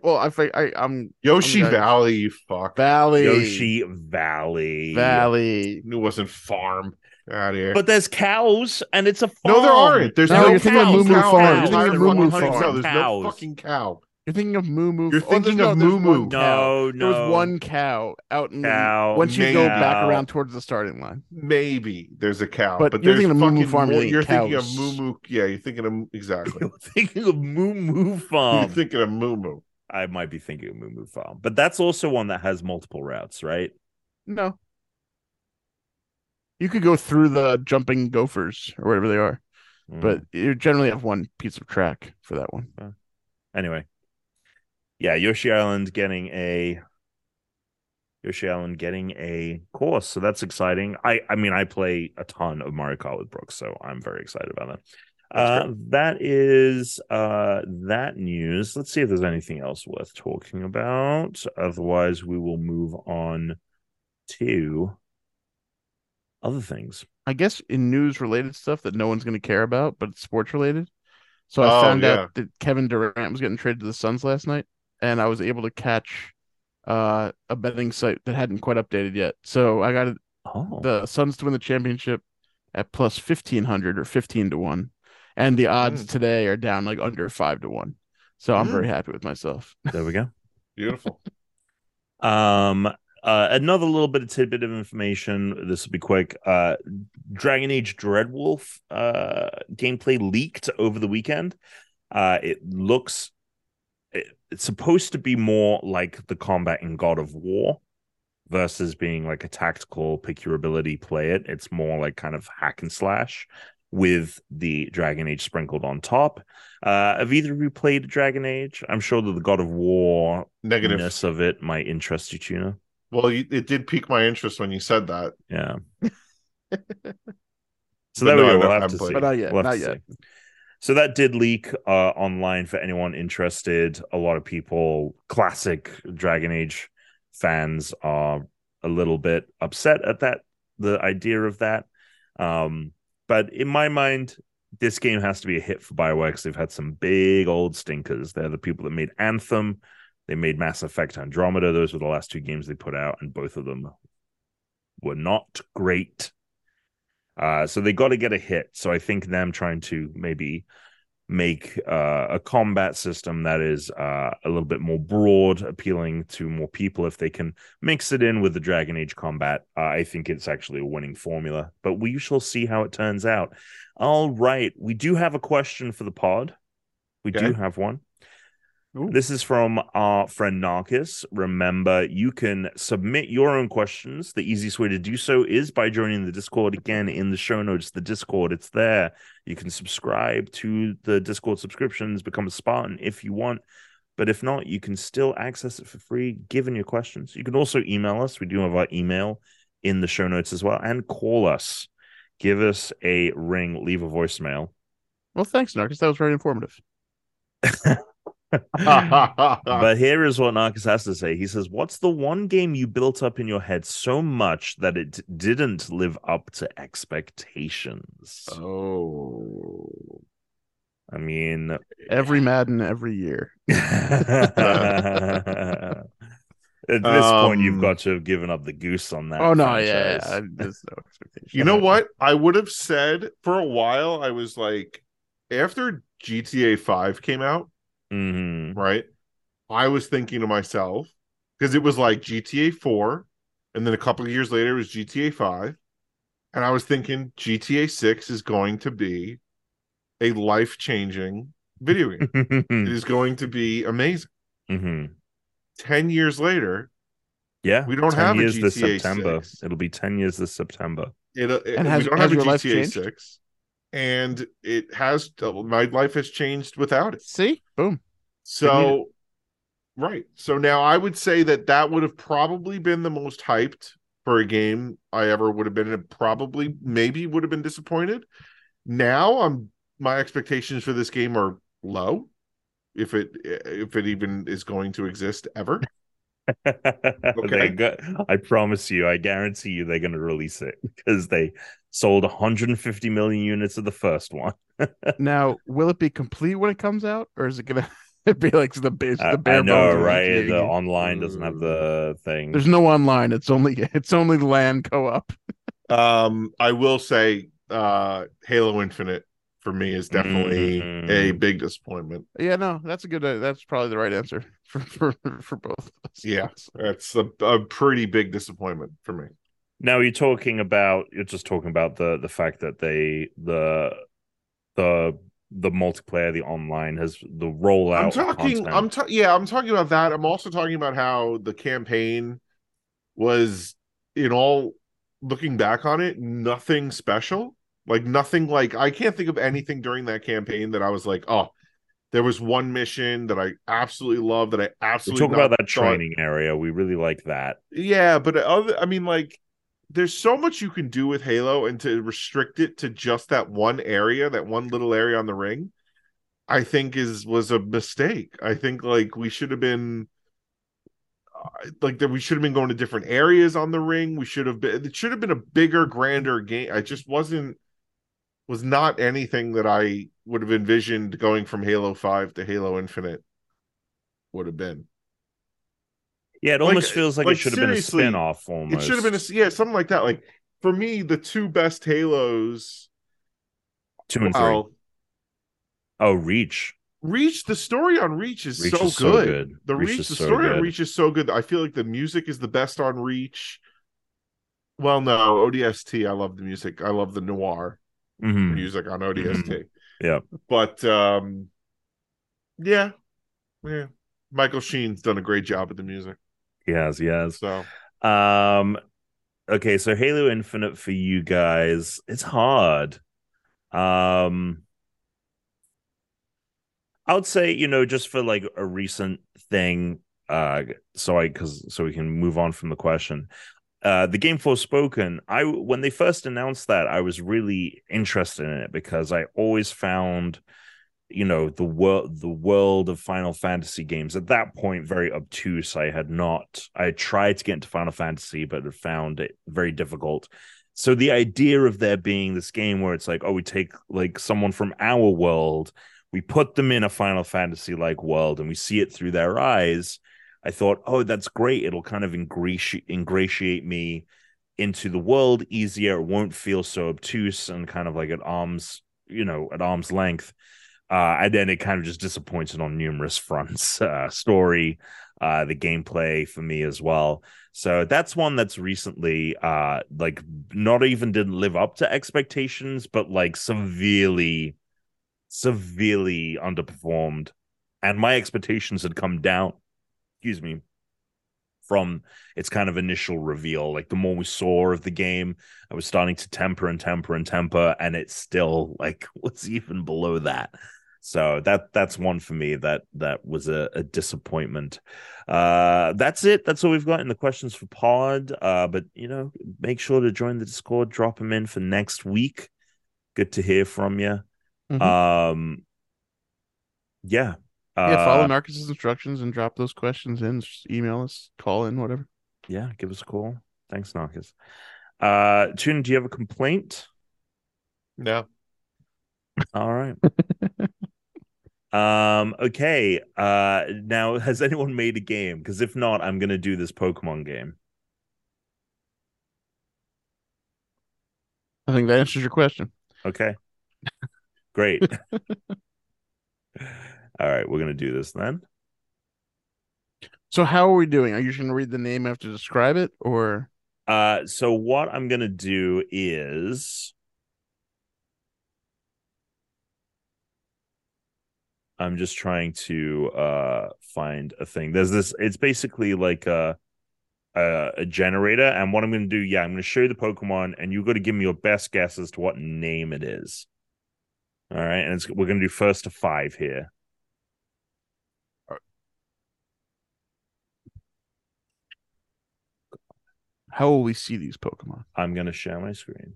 well i fi- i i'm Yoshi Okay. Valley. You fuck. [laughs] valley Yoshi Valley. valley It wasn't farm. Out here. But there's cows, and it's a farm. no, there aren't. There's No, no, you're thinking of cows. Moo Moo Cows. Farm. I'm You're thinking of tired Moo Moo fucking- Farm. No, there's no Cows. fucking cow. you're thinking of moo moo You're oh, thinking there's of no, there's Moo one Moo. cow. No, there no. was one cow out in the- cow. once you go back meow. around towards the starting line Maybe there's a cow, But but, you're there's thinking of Moo Moo fucking Farm, you're more- You're thinking thinking of cows. Moo Moo. Yeah, you're thinking of exactly. You're [laughs] thinking of Moo [laughs] Moo You're Farm. thinking of Moo Moo. I might be thinking of Moo Moo Farm, but that's also one that has multiple routes, right? No. You could go through the jumping gophers or whatever they are, Mm. Hmm. but you generally have one piece of track for that one. anyway, yeah, Yoshi Island getting a Yoshi Island getting a course, so that's exciting. I I mean, I play a ton of Mario Kart with Brooks, so I'm very excited about that. That's Uh, that is uh, that news. Let's see if there's anything else worth talking about. Otherwise, we will move on to other things. I guess in news related stuff that no one's going to care about, but it's sports related. So I Oh, found yeah. out that Kevin Durant was getting traded to the Suns last night, and I was able to catch uh, a betting site that hadn't quite updated yet. So I got Oh, the Suns to win the championship at plus 1500 or 15 to 1. And the odds today are down like under 5 to 1. So I'm Mm. very happy with myself. there we go. Beautiful. Um, uh, another little bit of tidbit of information. This will be quick. Uh, Dragon Age Dreadwolf uh, gameplay leaked over the weekend. Uh, it looks it- it's supposed to be more like the combat in God of War versus being like a tactical pick your ability play it. It's more like kind of hack and slash with the Dragon Age sprinkled on top. Uh, have either of you played Dragon Age? I'm sure that the God of War Negative. ness of it might interest you, Tuna. Well, you, it did pique my interest when you said that. Yeah. so But there we no, go. I We'll haven't have to played see. it. But not yet. We'll have not to yet. see. So that did leak uh, online for anyone interested. A lot of people, classic Dragon Age fans, are a little bit upset at that, the idea of that. Um, but in my mind, this game has to be a hit for Bioware 'cause they've had some big old stinkers. They're the people that made Anthem, they made Mass Effect Andromeda. Those were the last two games they put out, and both of them were not great. Uh, so they got to get a hit. So I think them trying to maybe make uh, a combat system that is uh, a little bit more broad, appealing to more people, if they can mix it in with the Dragon Age combat, uh, I think it's actually a winning formula. But we shall see how it turns out. All right, we do have a question for the pod. We do Okay. have one. Ooh. This is from our friend Narcus. Remember, you can submit your own questions. The easiest way to do so is by joining the Discord again in the show notes. The Discord, it's there. You can subscribe to the Discord subscriptions, become a Spartan if you want. But if not, you can still access it for free given your questions. You can also email us. We do have our email in the show notes as well. And call us. Give us a ring, leave a voicemail. Well, thanks, Narcus. That was very informative. [laughs] Ah. but here is what Narcus has to say. He says, What's the one game you built up in your head so much that it didn't live up to expectations? Uh. oh. I mean, [laughs] Every Madden every year. at this point, you've Um, got to have given up the goose on that. Oh no, yeah, yeah. franchise. [laughs] I- There's no expectation. You know what? I would have said for a while, I was like, after GTA 5 came out, [laughs] Mhm. right? I was thinking to myself, because it was like GTA 4, and then a couple of years later it was GTA 5. And I was thinking GTA 6 is going to be a life changing video [laughs] game. it is going to be amazing. Mhm. 10 years later, Yeah, We don't 10 have a years this GTA September. six. It'll be ten years this September. it, it And has- we don't has have a your life GTA changed? 6. And it has, my life has changed without it. See, boom. So, right. So now I would say that that would have probably been the most hyped for a game I ever would have been, and probably maybe would have been disappointed. Now I'm my expectations for this game are low, if it if it even is going to exist ever. [laughs] They're go- I promise you, I guarantee you, they're going to release it because they sold 150 million units of the first one. Now, will it be complete when it comes out, or is it gonna [laughs] be like the base, I, the bare I know, bones of a right? GTA The game? online doesn't have the Mm. thing. There's no online. It's only [laughs] it's only land co-op. Um, I will say, uh, Halo Infinite for me is definitely a Mm. big disappointment. Yeah, no, that's a good. Uh, that's probably the right answer [laughs] for for, for both. Of us. Yeah. That's a, a pretty big disappointment for me. Now you're talking about you're just talking about the the fact that they the the the multiplayer, the online has the rollout. I'm of talking. content. I'm ta- yeah. I'm talking about that. I'm also talking about how the campaign was, in all, looking back on it, nothing special. Like nothing. Like I can't think of anything during that campaign that I was like, oh, There was one mission that I absolutely love that I We absolutely talk about not that thought- training area. We really like that. Yeah, but other I mean like there's so much you can do with Halo and to restrict it to just that one area, that one little area on the ring, I think is was a mistake. I think like we should have been uh, like that we should have been going to different areas on the ring. We should have been it should have been a bigger, grander game. I just wasn't was not anything that I would have envisioned going from Halo 5 to Halo Infinite would have been. Yeah, it Like- almost feels like, like, it should have been a seriously, spin off almost. It should have been a, yeah, something like that. Like for me, the two best Halos two and three. Oh, well, Reach. Reach the story on Reach is, Reach so, is so good. good. The Reach Reach, is the so story on good. Reach is so good. I feel like the music is the best on Reach. Well, no, ODST. I love the music. I love the noir Mhm. music on ODST. Yeah. But um yeah. Yeah. Michael Sheen's done a great job with the music. He has, he has. So Um okay, so Halo Infinite for you guys, it's hard. Um I would say, you know, just for like a recent thing, uh so I cuz so we can move on from the question. Uh the game Forspoken, I when they first announced that, I was really interested in it because I always found you know the world the world of final fantasy games at that point very obtuse i had not i had tried to get into final fantasy but had found it very difficult so the idea of there being this game where it's like oh we take like someone from our world we put them in a final fantasy like world and we see it through their eyes i thought oh that's great it'll kind of ingrati- ingratiate me into the world easier it won't feel so obtuse and kind of like at arms you know at arm's length uh, and then it kind of just disappointed on numerous [laughs] fronts. Uh, story, uh, the gameplay for me as well. So that's one that's recently uh, like not even didn't live up to expectations, but like severely, severely underperformed, and my expectations had come down. Excuse me. From its kind of initial reveal, like the more we saw of the game, I was starting to temper and temper and temper, and it still like [laughs] was even below that. So that that's one for me that that was a, a disappointment. Uh, that's it. That's all we've got in the questions for Pod. Uh, but you know, make sure to join the Discord. Drop them in for next week. Good to hear from you. Mhm. Um, yeah. Uh, yeah, follow Marcus's instructions and drop those questions in. Just email us, call in, whatever. yeah, give us a call. Thanks, Narcus. Uh, Tune, do you have a complaint? no. All right. um okay uh now has anyone made a game because if not i'm gonna do this pokemon game I think that answers your question. okay great [laughs] all right we're gonna do this then So how are we doing? Are you just gonna read the name after describe it, or Uh, so what I'm gonna do is I'm just trying to uh find a thing. There's this. It's basically like a a, a generator, and what I'm gonna do, yeah, I'm gonna show you the Pokemon, and you got to give me your best guess as to what name it is. All right, and it's, we're gonna do first to five here. how will we see these Pokemon? I'm gonna share my screen.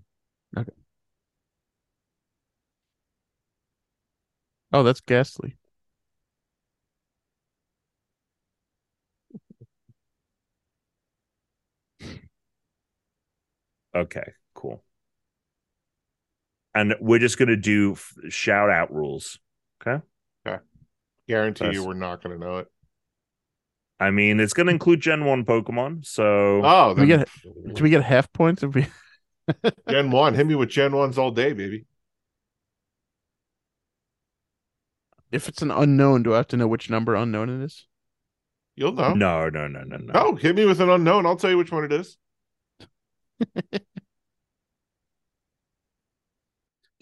Oh, that's ghastly. Okay, cool. And we're just gonna do f- shout out rules. Guarantee That's- you we're not gonna know it. I mean, it's gonna include Gen One Pokemon, so Oh, We then get Can we get half points if we? [laughs] Gen 1. Hit me with Gen 1s all day, baby. If it's an unknown, do I have to know which number unknown it is? You'll know. no, no, no, no, no. Uh-huh. Oh, hit me with an unknown. I'll tell you which one it is. Do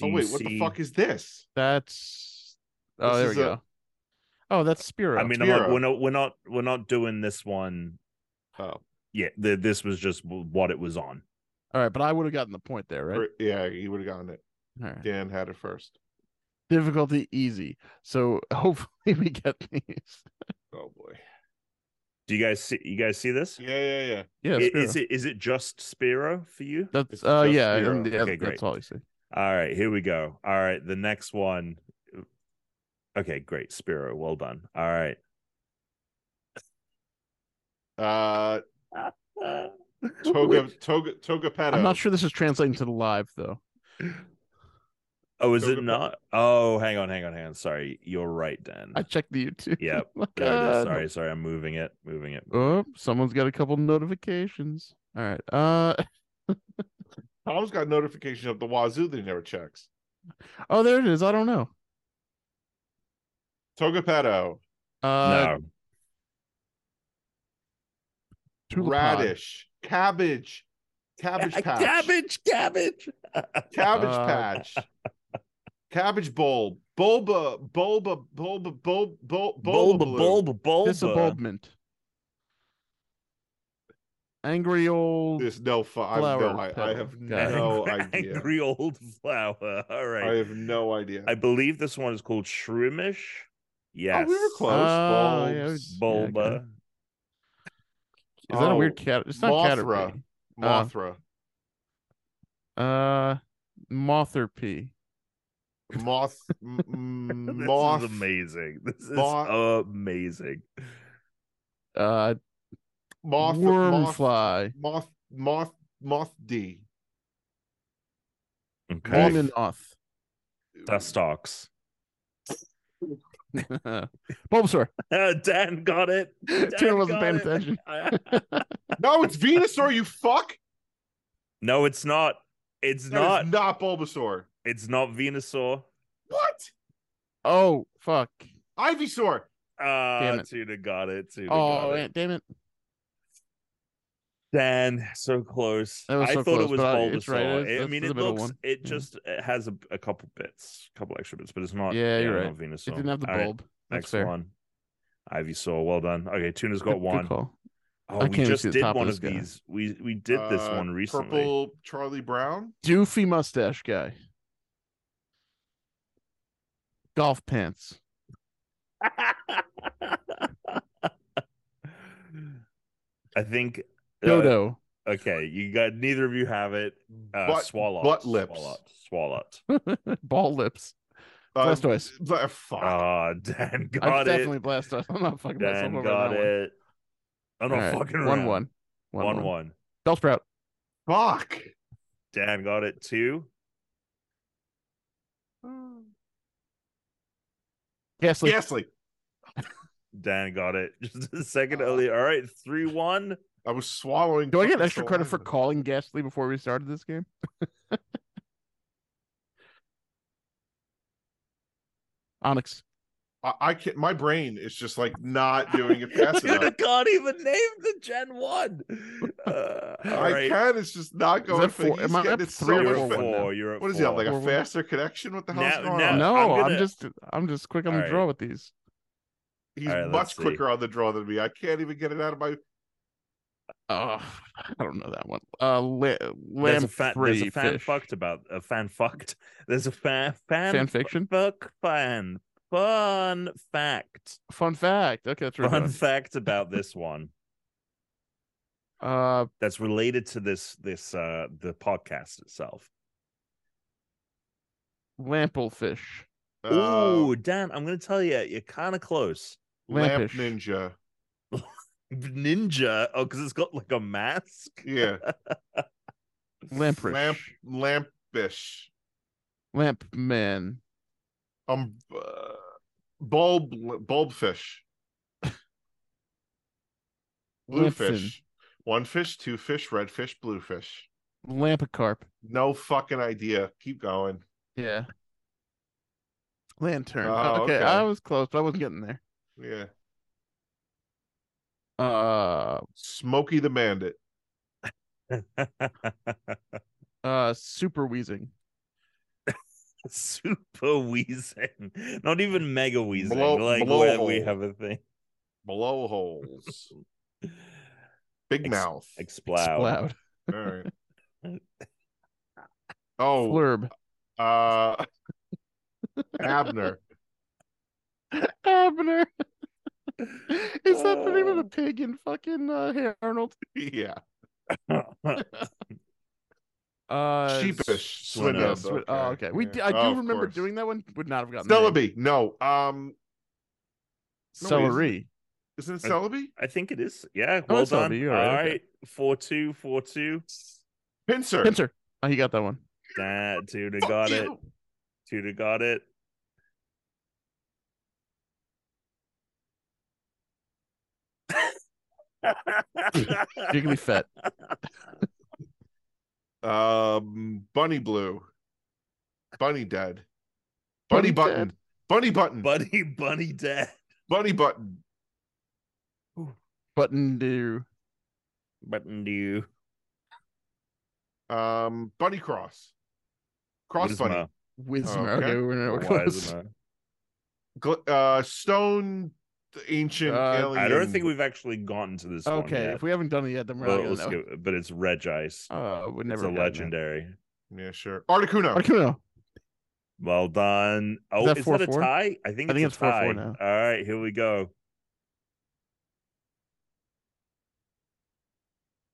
oh you wait, what the see- fuck is this? That's oh, This there we is a- go. Oh, that's Spiro. I mean, I'm not, Tira. we're not, we're not, we're not doing this one. Oh, Yeah, the, this was just w- what it was on. all right, but I would have gotten the point there, right? yeah, he would have gotten it. All right. Dan had it first. Difficulty easy. So [laughs] hopefully we get these. Oh boy. Do you guys see? You guys see this? Yeah, yeah, yeah. Yeah, I- Spiro. is it is it just Spiro for you? that's E-, It's uh just yeah, Spiro. and- yeah, Okay, great. that's all you see. All right, here we go. All right, the next one. Okay, great, Spiro. Well done. All right. Uh Uh, Toga Toga Toga I'm not sure this is translating to the live though. oh, is it Toga- not? Oh, hang on, hang on, hang on. Sorry, you're right, Dan. I checked the YouTube. Yeah, [laughs] My There it is. God. Sorry, sorry. I'm moving it, moving it. Oh, someone's got a couple notifications. All right. Uh Tom's got notifications of the wazoo that he never checks. oh, there it is. I don't know. Togepedo, no, Uh Tulipod. radish, cabbage, cabbage A patch, cabbage, cabbage. [laughs] cabbage Uh, patch, cabbage bulb, bulba, bulba, bulba, bulb, Bulba, bulb, bulba, bulb. bulba, bulba. Disabulbment. Angry old There's no fu- I have Flower no, I, I petal [laughs] have guy. no idea. Angry old flower. All right. I have no idea. I believe this one is called Shroomish. Yes. Oh, we were close. Ah, yeah, bulbs, we- yeah, I Bulba. got it. Is that a Oh, weird cat? It's not Mothra. caterpie. uh, Mothra, Uh, Motherpie. moth, m- [laughs] m- [laughs] This moth, is amazing. This is moth- amazing. Uh, moth, moth, wormfly. moth, moth, moth D. Okay. Moth. Dust talks. [laughs] [laughs] Bulbasaur. [laughs] Dan got it. Dan Tuna wasn't paying got it. attention. No, it's Venusaur, you fuck. [laughs] no, it's not. It's That is not. not Bulbasaur. It's not Venusaur. What? Oh fuck! Ivysaur. Uh, Damn it. Tuna got it. Tuna Oh got it. man, damn it! Dan, so close. That was I so thought close, it was but I- Bulbasaur. it's right, it's- It- I that's mean, the it middle looks. one. It Yeah. just it has a, a couple bits, a couple extra bits, but it's not. Yeah, you're Not Venusaur. It didn't have the All right, bulb. That's next fair. one. Ivysaur. Well done. Okay, Tuna's got Good- good one. call. Oh, I we can't even just see the did top of one this of guy. these. We we did this Uh, one recently. Purple Charlie Brown. Doofy mustache guy. Golf pants. [laughs] I think. uh, Dodo. okay, you got neither of you have it. Uh, Butt- swallow. butt lips. Swallow. swallow. [laughs] Ball lips. Uh, Blastoise. bl- fuck. Ah, [laughs] Dan got I'm it. definitely Blastoise. [laughs] I'm not fucking myself Dan over got that one. it. I'm not All right, fucking one, around. one. One, One, one. one. Bellsprout. fuck. Dan got it too. Gasly. Ghastly. Dan got it [laughs] just a second earlier. All right, three one. I was swallowing. Do I get fucking extra credit for saliva. calling Gasly before we started this game? [laughs] Onyx. I, I can't. My brain is just like not [laughs] doing it fast Dude, I enough. can't even name the Gen [laughs] One. Uh, all I right, can. It's just not going. that for- four- he's am I getting up it three so or you're much at four fa- now? four. You're at What is he four. on? Like a Four, one. faster connection? What the hell's Now- going now- on? no, Uh, I'm I'm, gonna- just I'm just quick on All the right. draw with these. He's All right, let's much see. quicker on the draw than me. I can't even get it out of my. Oh, I don't know that one. Uh, la- There's lamb a fan. three There's a fan fish. fucked about a fan fucked. There's a fan fan Fan fiction? fuck fan fun fact. Fun fact. Okay, that's Fun right. fact about this one. Uh, that's related to this this uh the podcast itself. lamplefish. Uh, Ooh, Dan, I'm gonna tell you, you're kind of close. Lamp Lampish. Ninja. Ninja, oh, because it's got like a mask. Yeah. [laughs] Lamprish. Lamp Lampish. Lamp man. Um uh, bulb bulbfish. [laughs] Blue fish. One fish, two fish, red fish, blue fish. Lampicarp. No fucking idea. Keep going. Yeah. Lantern. Oh, okay, okay. I was close, but I wasn't getting there. Yeah. Uh, Smokey the Bandit. uh, super wheezing. [laughs] Super wheezing, not even mega wheezing, Blow- like blow where we hole. have a thing. Blowholes. Big Ex- mouth. Exploud. Loud. All right. [laughs] Oh, [laughs] Flurb. uh Abner. Abner. [laughs] Is that the name of the pig in fucking uh, Hey Arnold? Yeah. Uh, Sheepish. Swindub. Swindub. Swi- Oh, okay. We Yeah. d- I do Oh, of remember course. doing that one. Would not have gotten the name. Celebi. No. Um, No, wait, Celery. isn't it Celebi? [laughs] I think it is. Yeah. Oh, Well it's done. Albie, you're All right, okay. right. Four two, four two. Pincer. Pincer. Oh, he got that one. That Duda Fuck got it. you. Duda got [laughs] it. Jigglyfet. Um, Bunny Blue. Bunny Dead. Bunny, Bunny Button. Dead. Bunny Button. Bunny, bunny, dead. Bunny Button. Button do. Button you. Um, Bunny Cross. Cross Bunny. Wisma. Wismer. Okay. Okay, we're not we're close. Wisma. Gl- uh, Stone. the Ancient Uh, alien. I don't think we've actually gotten to this one Okay, yet. if we haven't done it yet, then we're Well, not we'll gonna know. skip it, but it's Reg Ice. Uh, we never. it's a legendary. Yeah, sure. Articuno. Articuno. Well done. Oh, that is that a 4-4? tie? I think it's, I think a it's 4-4 tie. now. All right, here we go.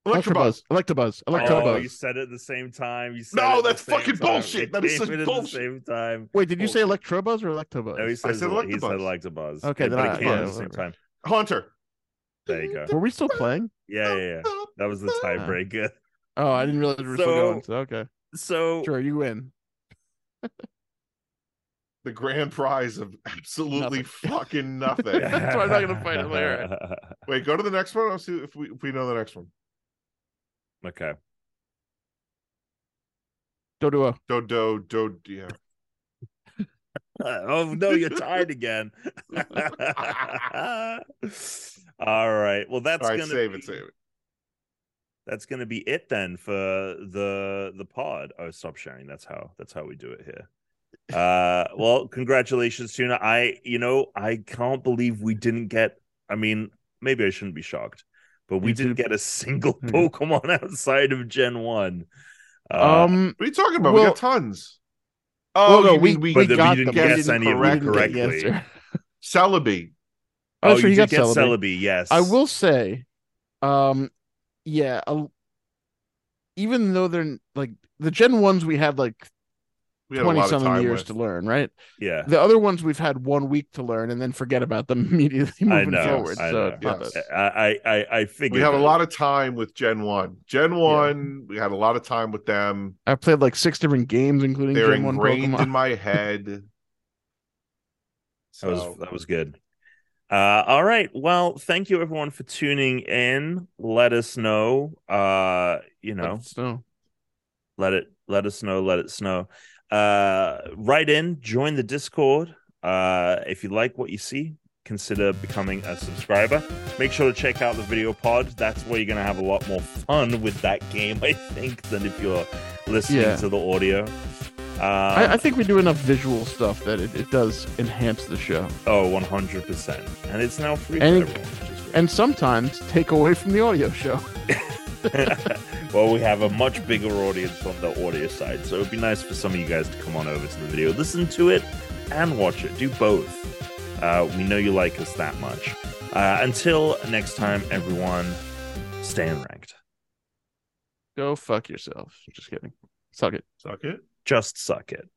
Electabuzz. Electabuzz. Electabuzz. Oh, Electabuzz. you said it at the same time. You said No, it at the that's same fucking time. bullshit. You That is came such in at bullshit. the same time. Wait, did you say Bullshit. Electrobuzz or Electabuzz? No, he says said he said Electabuzz. Electabuzz. Okay, Yeah, then but I- it came yeah, at the same whatever. time. Hunter. There you go. Were we still playing? Yeah, yeah, yeah. That was [laughs] Ah. the tiebreaker. Oh, I didn't realize we were still So- going. So okay, [laughs] So [laughs] sure, you win. The grand prize of [laughs] absolutely Nothing. fucking nothing. That's why I'm not gonna fight it later. Wait, go to the next one. I'll see if we if we know the next one. [laughs] okay. [laughs] Doduo. Do do do yeah. oh no, you're tied [laughs] again. [laughs] All right. Well, that's All right, gonna save be, it, save it. That's gonna be it then for the the pod. Oh, stop sharing. That's how that's how we do it here. Uh, well, congratulations, Tuna. I you know I can't believe we didn't get. I mean, maybe I shouldn't be shocked, but we You didn't did- get a single Hmm. Pokemon [laughs] outside of Gen One. Uh, Um, What are you talking about? we Well- got tons. oh no, you we mean we, but then we got didn't them. We guess didn't- any we of them didn't get the correctly. answer. Celebi. Oh, sure, you you got did get Celebi. Celebi. Yes, I will say, um, yeah, a, even though they're n- like the Gen ones, we had like We had a twenty lot of something time years with. to learn, right? Yeah. [laughs] The other ones we've had one week to learn and then forget about them [laughs] immediately I moving know, forward. I so know. it's not Yes. that- I I I- I figured We had a that. lot of time with Gen One. Gen One, we had a lot of time with them. I played like six different games, including They're Gen One ingrained [laughs] Pokemon. in my head. That was So that was good. Uh, all right. Well, thank you everyone for tuning in. Let us know. Uh, you know, So let it let us know. Let it snow. Uh, write in. Join the Discord. Uh, if you like what you see, consider becoming a subscriber. Make sure to check out the video pod. That's where you're gonna have a lot more fun with that game, I think, than if you're listening Yeah. to the audio. Um, I, I think we do enough visual stuff that it, it does enhance the show, Oh, 100%. And it's now free And- for everyone. which is great. and sometimes take away from the audio show. [laughs] well, we have a much bigger audience on the audio side, so it'd be nice for some of you guys to come on over to the video, listen to it, and watch it. Do both. Uh, we know you like us that much. Uh, until next time, everyone, stay ranked. Go fuck yourself. Just kidding. Suck it. suck it. Just suck it.